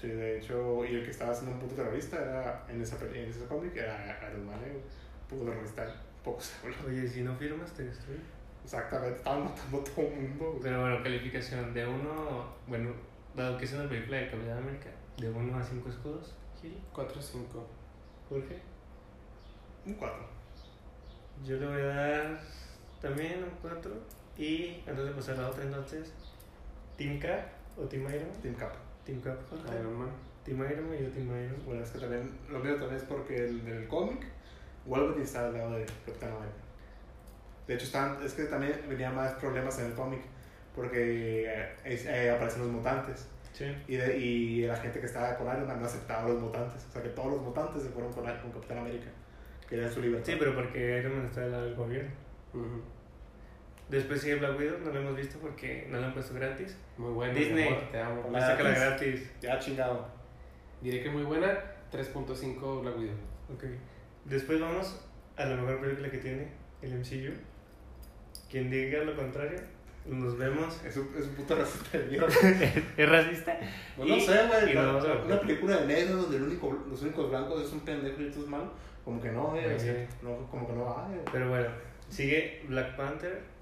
Sí, de hecho, y el que estaba haciendo un puto terrorista era, en, esa, peli- en ese cómic era Iron Man, eh, güey. puto terrorista, poco se habla. Oye, si no firmas, te destruyen. Exactamente, estaban matando a todo el mundo. güey. Pero bueno, calificación de 1, bueno, dado que es una película de Capitán América, de 1 a 5 escudos, Gil, 4 o 5. Jorge. Un 4. Yo le voy a dar también un 4. Y antes de pasar a la otra, entonces, Team Cap o Team Iron. Team Cap. Team Cap, Jorge. Iron Man. Team Iron y yo Team Iron. Bueno, es que también lo mío también es porque el del cómic, Wolverine está al lado de Capitán América. De hecho, estaban- es que también venía más problemas en el cómic, porque eh, es- eh, aparecen los mutantes. Sí. Y, de- y la gente que estaba con Iron Man no aceptaba a los mutantes. O sea, que todos los mutantes se fueron con, con Capitán América. Querían su libertad. Sí, pero porque Iron Man está del lado del gobierno. Ujú. Después sigue Black Widow, no lo hemos visto porque no lo han puesto gratis. Muy buena. Disney. mi amor, te amo. Hola. La saca la gratis. gratis. Ya chingado. Diré que muy buena. 3.5 Black Widow. Ok. Después vamos a la mejor película que tiene el MCU. Quien diga lo contrario, nos vemos. Es un, es un puto racista de mierda. ¿Es racista? Pues no Y- sé, güey. y la- lo vamos a ver. Una película de negros donde el único, los únicos blancos es un pendejo y tú es malo. Como que no, eh. o sea, Oye. no, como que no va, eh. Pero bueno, sigue Black Panther.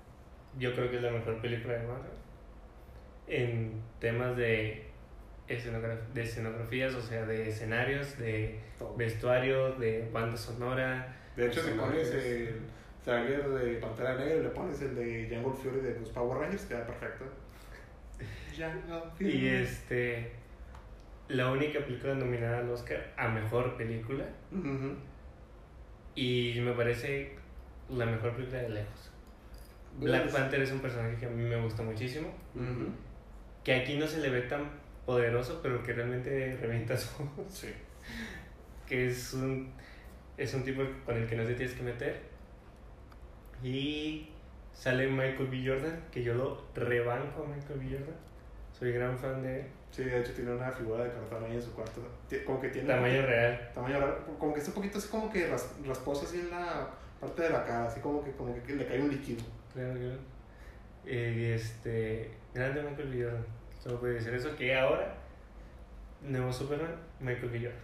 Yo creo que es la mejor película de Marvel. En temas de, escenograf- de escenografías, o sea, de escenarios, de Todo. vestuario, de banda sonora. De hecho, si Personajes. pones el trailer de Pantera Negra y le pones el de Jungle Fury de los Power Rangers, queda perfecto. Jungle Y este. La única película nominada al Oscar a mejor película. Ujú. Y me parece la mejor película de lejos. Black Panther es un personaje que a mí me gusta muchísimo. Ujú. Que aquí no se le ve tan poderoso, pero que realmente revienta su, Sí. que es un, es un tipo con el que no te tienes que meter. Y sale Michael B. Jordan, que yo lo rebanco a Michael B. Jordan. Soy gran fan de él. Sí, de hecho tiene una figura de cartón ahí en su cuarto. Tie- Como que tiene. Tamaño real. Tamaño raro. Como que es un poquito así como que ras- rasposo así en la parte de la cara. Así como que, como que le cae un líquido. Claro, claro. Eh, este, grande Michael B. Jordan. Solo puede decir eso, que ahora, nuevo Superman, Michael B. Jordan.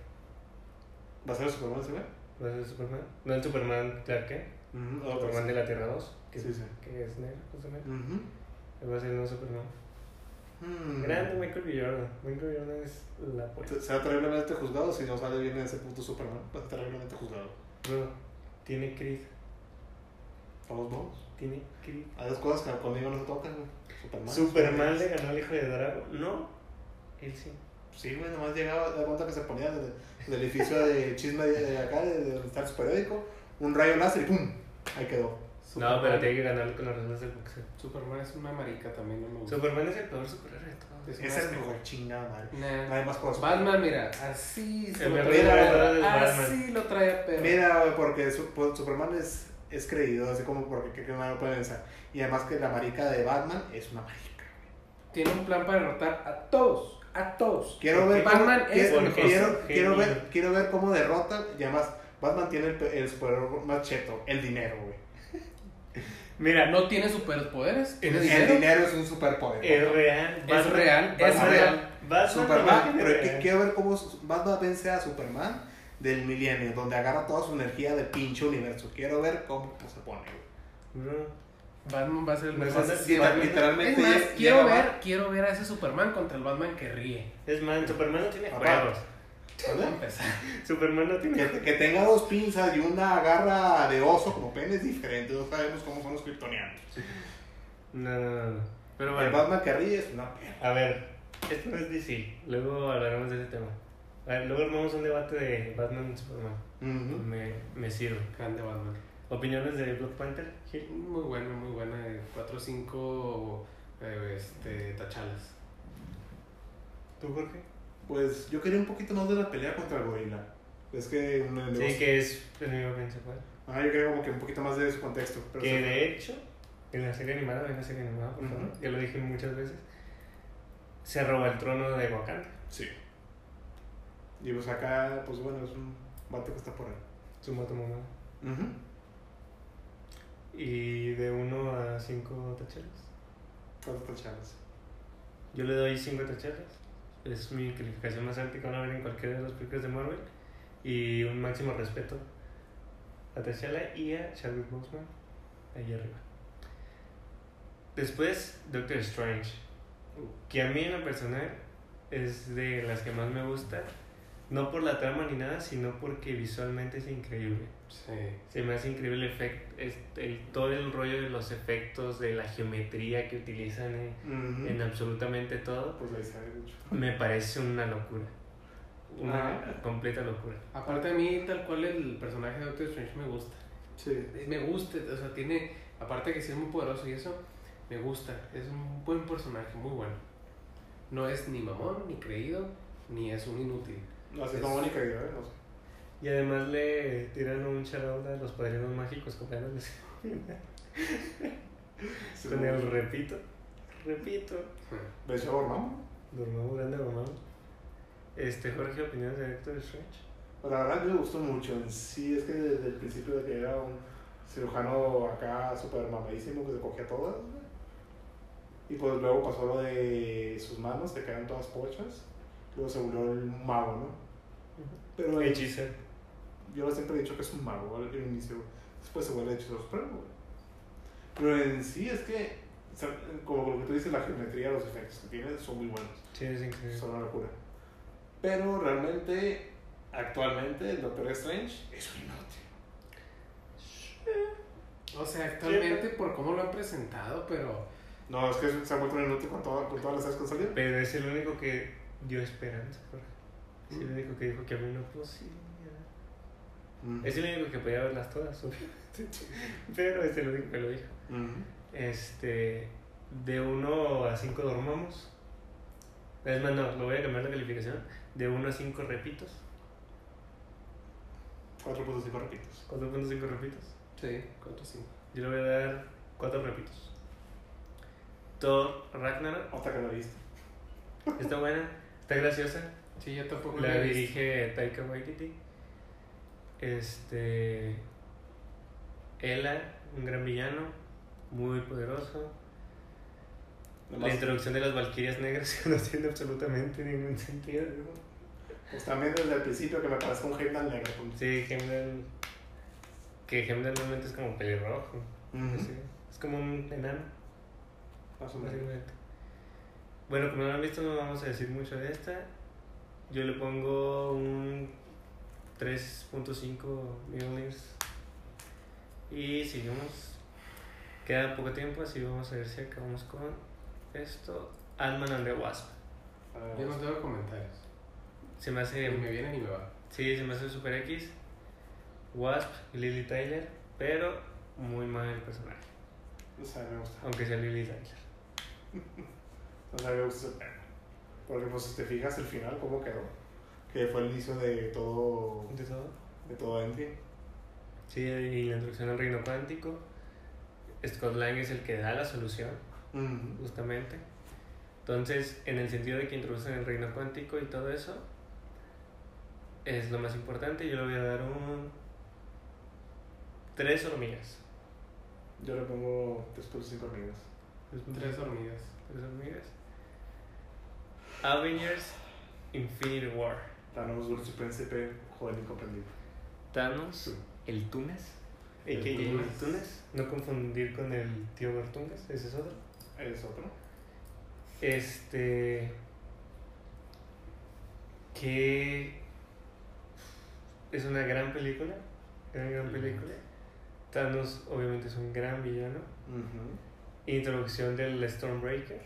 ¿Va a ser el Superman ese güey? ¿No es el Superman? No el Superman Clark Kent, Ujú. Superman de la Tierra 2, que, Sí, sí. que es negro justamente. Ujú. Él Va a ser el nuevo Superman. Mm. Grande Michael B. Jordan. Michael B. Jordan es la puerta. Será terriblemente juzgado si no sale bien en ese punto Superman. Va a ser terriblemente juzgado. Bro, tiene Creed. Todos modos. Tiene Creed. Hay dos cosas que conmigo no se tocan, güey. Superman. Superman eh. le ganó al hijo de Drago. No, él sí. Sí, güey, nomás llegaba, da cuenta que se ponía desde, desde el edificio de chisme de, de acá, de, de donde está su periódico, un rayo láser y ¡pum! Ahí quedó. No, pero tiene que ganarle con las reglas del boxeo. Superman es una marica también, no me gusta. Superman es el peor superhéroe de todos. Es Esa una- es mejor chingada madre. No Nah. hay más cosas. Batman, mira, así se El lo mejor trae a jugador es perro. Batman. Así lo trae a perro. Mira, güey, porque su- pues, Superman es, es creído, así como porque que, que no lo pueden pensar. Y además que la marica de Batman es una marica. Tiene un plan para derrotar a todos. A todos. Quiero ver, cómo- Batman es quiero, un quiero, genio. quiero ver, quiero ver cómo derrota. Y además, Batman tiene el, pe- el superhéroe más cheto, el dinero, güey. Mira, No tiene superpoderes. Tiene El El dinero. dinero es un superpoder. es real. Es real, es Batman- real. Batman Superman, no tiene pero es que real. quiero ver cómo su- Batman vence a Superman del milenio, donde agarra toda su energía del pinche universo. Quiero ver cómo se pone. güey. Bro, Batman va a ser el Me mejor. pasa- Sí, Batman- Es literalmente. más, llega quiero Bat- ver, quiero ver a ese Superman contra el Batman que ríe. Es man, Superman no tiene Papá. juegos. Para ¿Dónde? empezar. Superman no tiene Que, que tenga dos pinzas y una garra de oso como penes diferentes. No sabemos cómo son los kryptonianos. No, no, no. Pero El bueno, Batman que ríe es una perra. a ver, esto no es DC. Luego hablaremos de ese tema. A ver, luego armamos un debate de Batman y Superman. Ujú. Me, me sirve. Grande Batman. ¿Opiniones de Black Panther? Gil? Muy buena, muy buena. eh, 4 o 5 este, tachalas. ¿Tú, Jorge? Pues yo quería un poquito más de la pelea contra el gorila. Es que mm, en el Sí, negocio- que es el enemigo principal. Ajá, Ah, yo quería como que un poquito más de su contexto. Pero que se- de hecho, en la serie animada, en la serie animada, por favor, Ujú. ya lo dije muchas veces, se roba el trono de Wakanda. Sí. Y pues acá, pues bueno, es un vato que está por ahí. Su moto mamá. Y de 1 a 5 tacheros. Cuatro tachadas. Yo le doy 5 tacheros. Es mi calificación más alta que van a ver en cualquiera de las películas de Marvel. Y un máximo respeto a T'Challa y a Chadwick Boseman. Ahí arriba. Después, Doctor Strange. Que a mí en lo personal es de las que más me gusta. No por la trama ni nada, sino porque visualmente es increíble. Sí. Se me hace increíble el efecto, todo el rollo de los efectos, de la geometría que utilizan en, en absolutamente todo. Pues ahí sale, de hecho. Me parece una locura. Una Ah. completa locura. Aparte a mí, tal cual el personaje de Doctor Strange me gusta. Sí. Me gusta, o sea, tiene, aparte de que sí es muy poderoso y eso, me gusta. Es un buen personaje, muy bueno. No es ni mamón, ni creído, ni es un inútil. No, así es Es- como Mónica Guerrero, ¿eh? No sé. Y además le tiran un charol a los padrinos mágicos comparándoles Sí, pues. con como- el repito. Repito. De hecho, Dormammu. Dormamos grande, dormamos. Este, Jorge, opiniones de Doctor Strange. Pues, La verdad, me gustó mucho. En sí, es que desde el principio de que era un cirujano acá súper mamadísimo que se cogía todas. güey. Y pues luego pasó lo de sus manos, se quedaron todas pochas. Luego se volvió el mago, ¿no? Pero eh, Hechicero. yo siempre he dicho que es un mago al al inicio. Después se vuelve hecho supremo, güey. Pero en sí es que, o sea, como lo que tú dices, la geometría, los efectos que tiene son muy buenos. Sí, es increíble. Es una locura. Pero realmente, actualmente, el Doctor Strange es un inútil. O sea, actualmente por cómo lo han presentado, pero No, es que se ha vuelto un inútil con, todo- con todas las cosas que han salido. Pero es el único que dio esperanza, Jorge. Es el único que dijo que había una posibilidad. Mm. Es el único que podía verlas todas, obviamente. Pero es el único que lo dijo. Mm. Este, de 1 a 5 dormamos. Es más, no, lo voy a cambiar la calificación. De 1 a 5 repitos. 4.5 repitos. 4.5 repitos. sí, cuatro sí. Yo le voy a dar 4 repitos. Thor Ragnarok. Otra que la viste. Está buena, está graciosa. Sí, yo tampoco La he visto. dirige Taika Waititi. Este. Ela, un gran villano, muy poderoso. La introducción de las Valquirias Negras que no tiene absolutamente ningún sentido. Pues también desde el principio que me parece un Heimdall negro. pues. Sí, Heimdall. Que Heimdall normalmente es como pelirrojo. Mm. así, Es como un enano, Más o menos. básicamente. Bueno, como no lo han visto, no vamos a decir mucho de esta. Yo le pongo un 3.5 millones. Y seguimos. Queda poco tiempo, así vamos a ver si acabamos con esto. Ant-Man and the Wasp. Ah, Yo no tengo comentarios. Se me hace Ni me viene ni me va. Sí, se me hace Super X, Wasp y Lily Tyler, pero muy mal el personaje, O sea, me gusta. aunque sea Lily Tyler. O sea, me gusta ese pedo. Porque pues si te fijas el final, cómo quedó. Que fue el inicio de todo, ¿De todo? de todo Endgame. Sí, y la introducción al reino cuántico. Scott Lang es el que da la solución, Ujú. justamente. Entonces, en el sentido de que introducen el reino cuántico y todo eso, es lo más importante. Yo le voy a dar un. Tres hormigas. Yo le pongo 3.5 amigos. Tres hormigas. Tres hormigas. Avengers Infinity War. Thanos, dulce príncipe, joven incomprendido. Thanos, el Tunas. El El, Tunas. Tunas. No confundir con el tío Bertungas, ese es otro. ¿Es otro? Este. Que. Es una gran película. Gran, gran película. Thanos, obviamente, es un gran villano. Ujú. Introducción del Stormbreaker.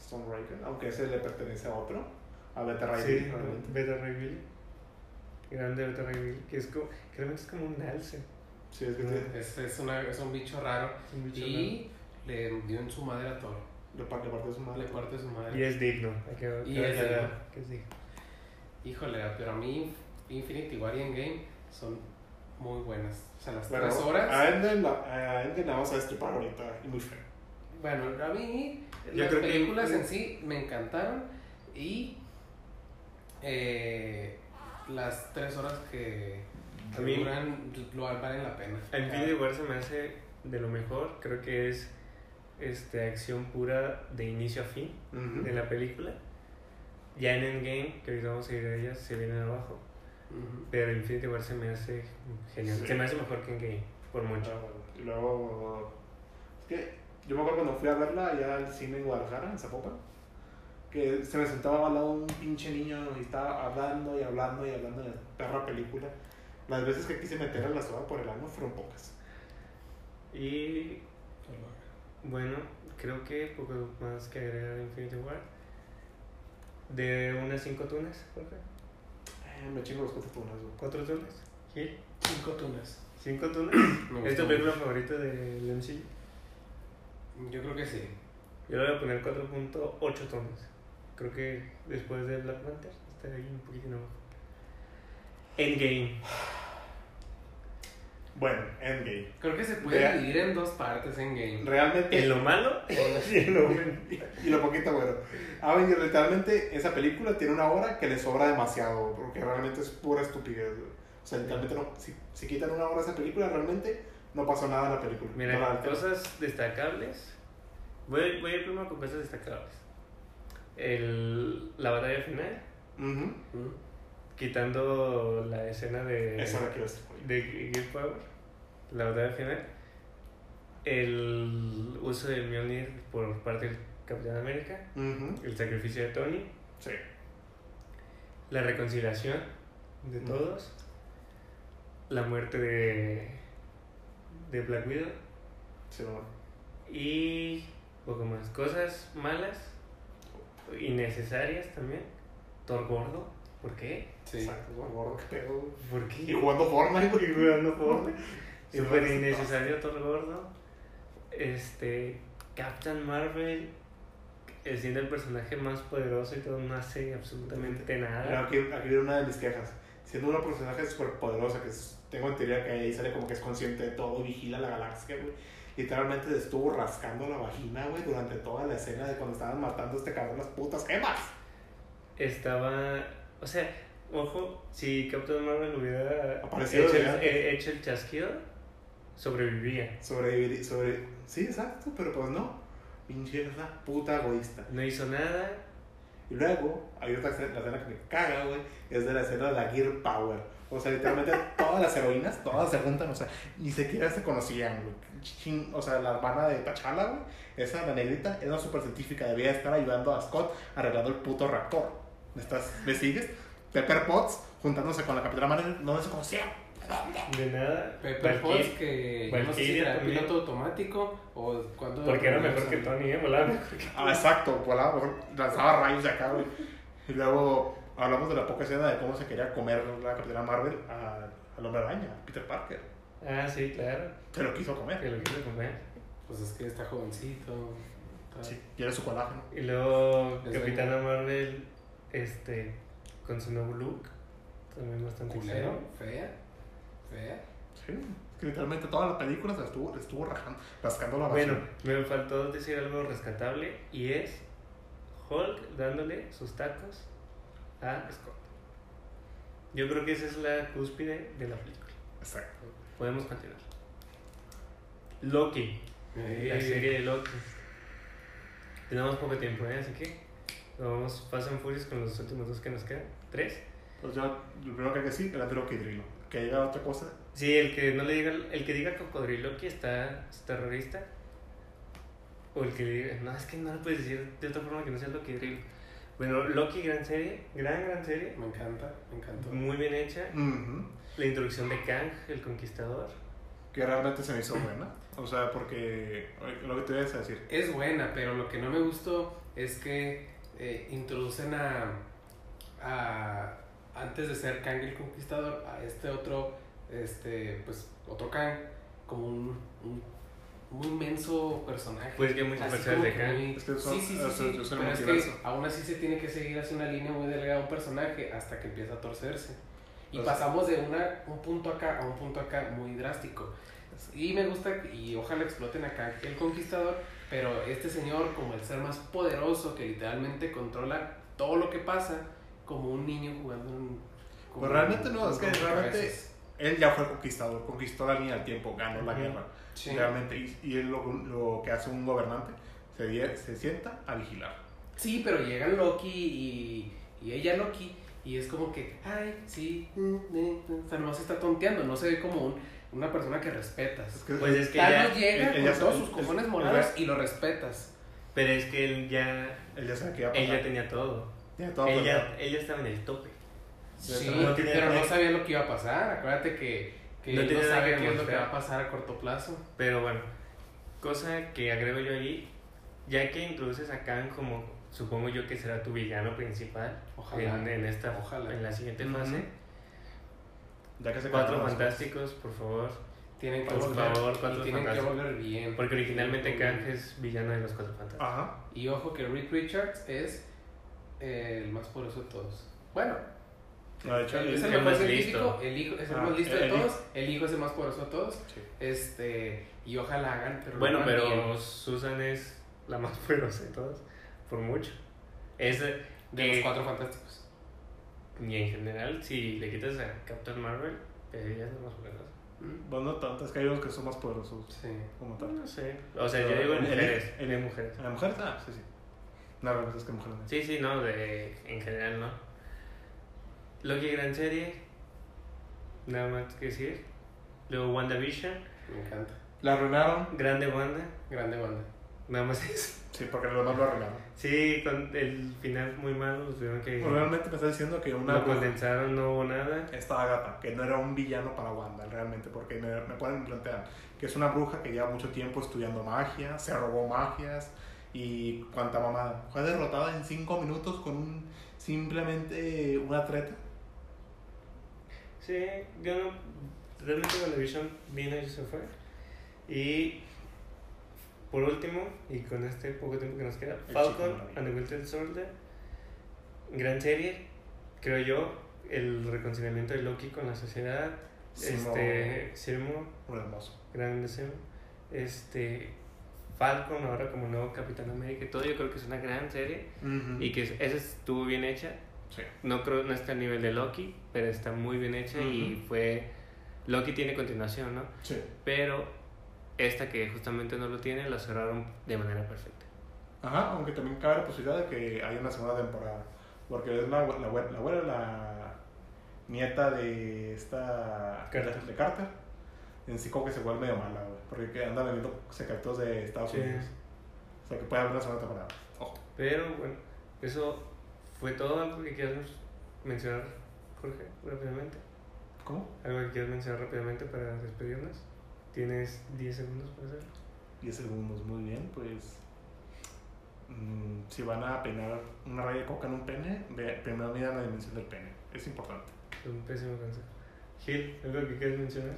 Stonebreaker, aunque ese le pertenece a otro. A Beta Ray Sí, Bill, realmente. Beta Ray Bill. grande de Rey que es como, que realmente es como un alce. Sí, es que te- Es, es, una- es un bicho raro. es un bicho raro. Y le dio en su madre a Toro. le par- le parte de su Le madre. parte su Y madre. es digno, hay que, Y que es aclarar digno. que es digno. Híjole, pero a mí Infinity War y Endgame son muy buenas. O sea, las Bueno, tres horas. a Enden la, a Enden la vamos a destripar ahorita. Y muy feo. Bueno, a mí Yo las creo que- películas en sí me encantaron y eh, las tres horas que A mí- duran lo valen la pena. A Infinity War se me hace de lo mejor, creo que es este, acción pura de inicio a fin de la película. Ya en Endgame, que ahorita vamos a ir a ella, se viene abajo. Ujú. Pero Infinity War se me hace genial. Sí. Se me hace mejor que Endgame, por mucho. Ah, bueno. Y luego. Es que yo me acuerdo cuando fui a verla allá al cine en Guadalajara, en Zapopan, que se me sentaba al lado un pinche niño y estaba hablando y hablando y hablando de la perra película. Las veces que quise meter a la soga por el ano fueron pocas. Y Bueno, creo que poco más que agregar a Infinity War. De unas 5 tunas, Jorge. Eh, me chingo los cuatro tunas, güey. ¿Cuatro tunas? Gil. Cinco tunas. ¿Cinco tunas? Me ¿Es tu gustó película favorita del MCU? mucho. Yo creo que sí. Yo le voy a poner 4.8 tunas. Creo que después de Black Panther está ahí un poquito nuevo. Endgame. Bueno, Endgame. Creo que se puede Vea. dividir en dos partes en game. Realmente. En lo malo y en lo bueno. y lo poquito bueno. Avengers, literalmente, esa película tiene una hora que le sobra demasiado, porque realmente es pura estupidez, güey. O sea, literalmente, no, si, si quitan una hora a esa película, realmente no pasó nada en la película. No la Mira, alteró. cosas destacables. Voy, voy a ir primero con cosas destacables. El, la batalla final. Ujú. quitando la escena de Esa la quiero destruir. de Gear Power la batalla final el uso del Mjolnir por parte del Capitán América Ujú. el sacrificio de Tony Sí. la reconciliación de Ujú. todos la muerte de de Black Widow Sí, no. y poco más cosas malas innecesarias también Thor gordo ¿por qué? Sí. Exacto, güey, gordo, qué pedo. güey. ¿por Y qué? jugando Fortnite, güey. Y jugando Fortnite. Sí, Súper sí, innecesario Thor Gordo. Este. Captain Marvel. eh, Siendo el personaje más poderoso y todo, no hace absolutamente Mira, nada. aquí, aquí viene una de mis quejas. Siendo una personaje súper poderosa, que es- tengo en teoría que ahí sale como que es consciente de todo, vigila la galaxia, güey. Literalmente le estuvo rascando la vagina, güey, durante toda la escena de cuando estaban matando a este cabrón las putas gemas. Estaba. O sea, ojo, si Captain Marvel hubiera Aparecido hecho, el, ya. eh, hecho el chasquido, sobrevivía. Sobrevivir, sobre... Sí, exacto, pero pues no. Pinche esa puta egoísta. No hizo nada. Y luego, hay otra escena, la escena que me caga, güey, es de la escena de la Gear Power. O sea, literalmente todas las heroínas, todas se juntan, o sea, ni siquiera se conocían, güey. Chin- O sea, la hermana de T'Challa, güey, esa, la negrita, es una super científica, debía estar ayudando a Scott arreglando el puto reactor. ¿Me, estás, ¿me sigues? Pepper Potts juntándose con la Capitana Marvel, no se conocían. De nada. Pepper Valkyrie, Potts, que yo no sé si Valkyria era también. piloto automático o cuando. Porque era mejor que Tony, ¿eh? Volaba mejor que- Ah, exacto, volaba, mejor lanzaba rayos de acá, güey. Y luego hablamos de la poca escena de cómo se quería comer la Capitana Marvel a- al hombre araña, a Peter Parker. Ah, sí, claro. Se lo quiso comer. Que lo quiso comer. Pues es que está jovencito. está- Sí, y era su colágeno. Y luego Es Capitana Marvel, este, con su nuevo look, también bastante culero, extraño. fea, fea. Sí, es que literalmente toda la película se la estuvo, le estuvo rajando, rascando la Bueno, vagina. me faltó decir algo rescatable y es Hulk dándole sus tacos a Scott. Yo creo que esa es la cúspide de la película. Exacto. Podemos continuar. Loki, la Eh, serie de Loki. Tenemos poco tiempo, ¿eh? así que vamos, pasan furios con los últimos dos que nos quedan. ¿Tres? Pues yo, lo primero que hay que decir era Pedro Quidrilo. Que llega otra cosa, Sí, el que no le diga, el que diga cocodrilo que está es terrorista. O el que le diga, no, es que no lo puedes decir de otra forma que no sea Loki Drill. Bueno, Loki, gran serie, gran, gran serie. Me encanta, me encantó. Muy bien hecha. ujú, La introducción de Kang, el conquistador. que realmente se me hizo buena. O sea, porque oye, lo que te ibas a decir. Es buena, pero lo que no me gustó es que eh, introducen a, a, antes de ser Kang el Conquistador, a este otro, este, pues, otro Kang, como un, un, un inmenso personaje. Pues que muchas Así personas como de que Kang. muy- Es que son- sí, sí, sí, sí, es- es el pero es que multiverso. aún así se tiene que seguir hacia una línea muy delgada un personaje hasta que empieza a torcerse. Y O sea- pasamos de una, un punto acá a un punto acá muy drástico. Y me gusta, y ojalá exploten acá el conquistador, pero este señor como el ser más poderoso que literalmente controla todo lo que pasa, como un niño jugando un... como Pues realmente un- no, es que un realmente- rompecabezas. Él ya fue conquistador, conquistó la línea del tiempo, ganó la Ujú. guerra. Sí. Realmente, y, y es lo, lo que hace un gobernante, se, die- se sienta a vigilar. Sí, pero llegan Loki y, y ella Loki y es como que, ay, sí, mm, mm, mm", o sea, no se está tonteando, no se ve como un- una persona que Es respetas. que- Pues es que ya. Thanos llega él- él con ya sabe- todos sus él- cojones él- morados y lo respetas. Pero es que él ya. él ya sabe que iba a pasar. Él ya tenía todo. Tenía todo Él planeado. ya, él ya estaba en el tope. Sí, no tiene- pero no sabía lo que iba a pasar. Acuérdate que, que No él no tiene nada sabe que qué es lo que demostrar. va a pasar a corto plazo. Pero bueno, cosa que agrego yo allí, ya que introduces a Kang como, supongo yo que será tu villano principal Ojalá. en, en esta, Ojalá. en la siguiente fase. Ya que se Cuatro acabaron las cosas. fantásticos, por favor. Tienen que Por volver, favor, y cuatro tienen que fantásticos. volver bien. Porque originalmente Tienen que Kang volver es villano de los cuatro fantásticos. Ajá. bien. Y ojo que Rick Richards es eh, el más poderoso de todos. Bueno, No, de hecho, es él- el el mejor más científico, listo. el hijo es el Ah, más listo de el hijo. todos, el hijo es el más poderoso de todos, sí. este, y ojalá hagan, pero lo Bueno, hagan bien. pero Susan es la más feroz de todas, por mucho. Es, eh, de los eh, cuatro fantásticos. y en general, si le quitas a Captain Marvel, ella es la más feroz. ¿Mm? Bueno, no tanto, es que hay unos que son más poderosos Sí. como tal. No sé. O sea, yo Pero digo en en- en- mujeres. en- En mujeres. ¿La mujer? Ah, sí, sí. No, realmente es que mujer no. Sí, sí, no, de, en general no. Loki, gran serie. Nada más que decir. Luego WandaVision, Me encanta. La arruinaron, grande Wanda. Grande banda. Nada más eso. sí, porque lo demás lo arruinaron. Sí, con el final muy malo, pues, tuvieron que. Pues realmente me está diciendo que una lo condensaron, no hubo nada. estaba gata, que no era un villano para Wanda realmente, porque me, me pueden plantear que es una bruja que lleva mucho tiempo estudiando magia, se robó magias y cuánta mamada. Fue derrotada en cinco minutos con un, simplemente una treta. Sí, yo no. Realmente WandaVision vino y se fue. Y. Por último, y con este poco tiempo que nos queda, El Chico Falcon Maravilla. and the Winter Soldier. Gran serie, creo yo. El reconciliamiento de Loki con la sociedad. Simo, Este. Simo, Un hermoso. gran deseo. Este. Falcon ahora como nuevo Capitán América y todo. Yo creo que es una gran serie. Y que esa estuvo bien hecha. Sí. No creo no está al nivel de Loki, pero está muy bien hecha y fue Loki tiene continuación, ¿no? sí. Pero esta que justamente no lo tiene la cerraron de manera perfecta. Ajá, aunque también cabe la posibilidad de que haya una segunda temporada. Porque es la, abue- la, abue- la abuela, la nieta de esta. Carter. de Carter. En sí, como que se vuelve medio mala, güey. Porque que anda vendiendo secretos de Estados Sí. Unidos. O sea, que puede haber una segunda temporada. Ojo. Pero bueno, eso fue todo algo que quieras mencionar, Jorge, rápidamente. ¿Cómo? Algo que quieras mencionar rápidamente para despedirnos. Tienes 10 segundos para hacerlo. 10 segundos, muy bien, pues. mm, si van a peinar una raya de coca en un pene, ve- primero miran la dimensión del pene. Es importante. Es un pésimo consejo. Gil, algo que quieras mencionar.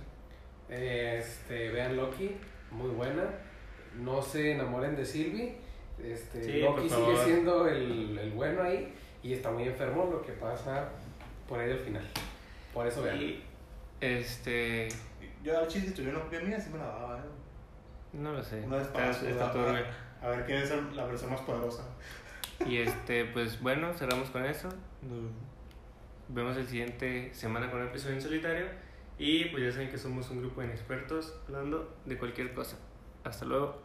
Este, vean Loki, muy buena. No se enamoren de Sylvie. Este, Sí, por Loki sigue favor. siendo el, el bueno ahí y está muy enfermo lo que pasa por ahí al final. Por eso vean. Y este Yo al chiste, yo no. Mira, sí me la daba, ¿eh? no lo sé. Una está, espada está sudada. turbio. A ver quién es el- la persona más poderosa. Y este, pues bueno, cerramos con eso. Nos vemos el siguiente semana con un episodio en solitario. Y pues ya saben que somos un grupo de inexpertos hablando de cualquier cosa. Hasta luego.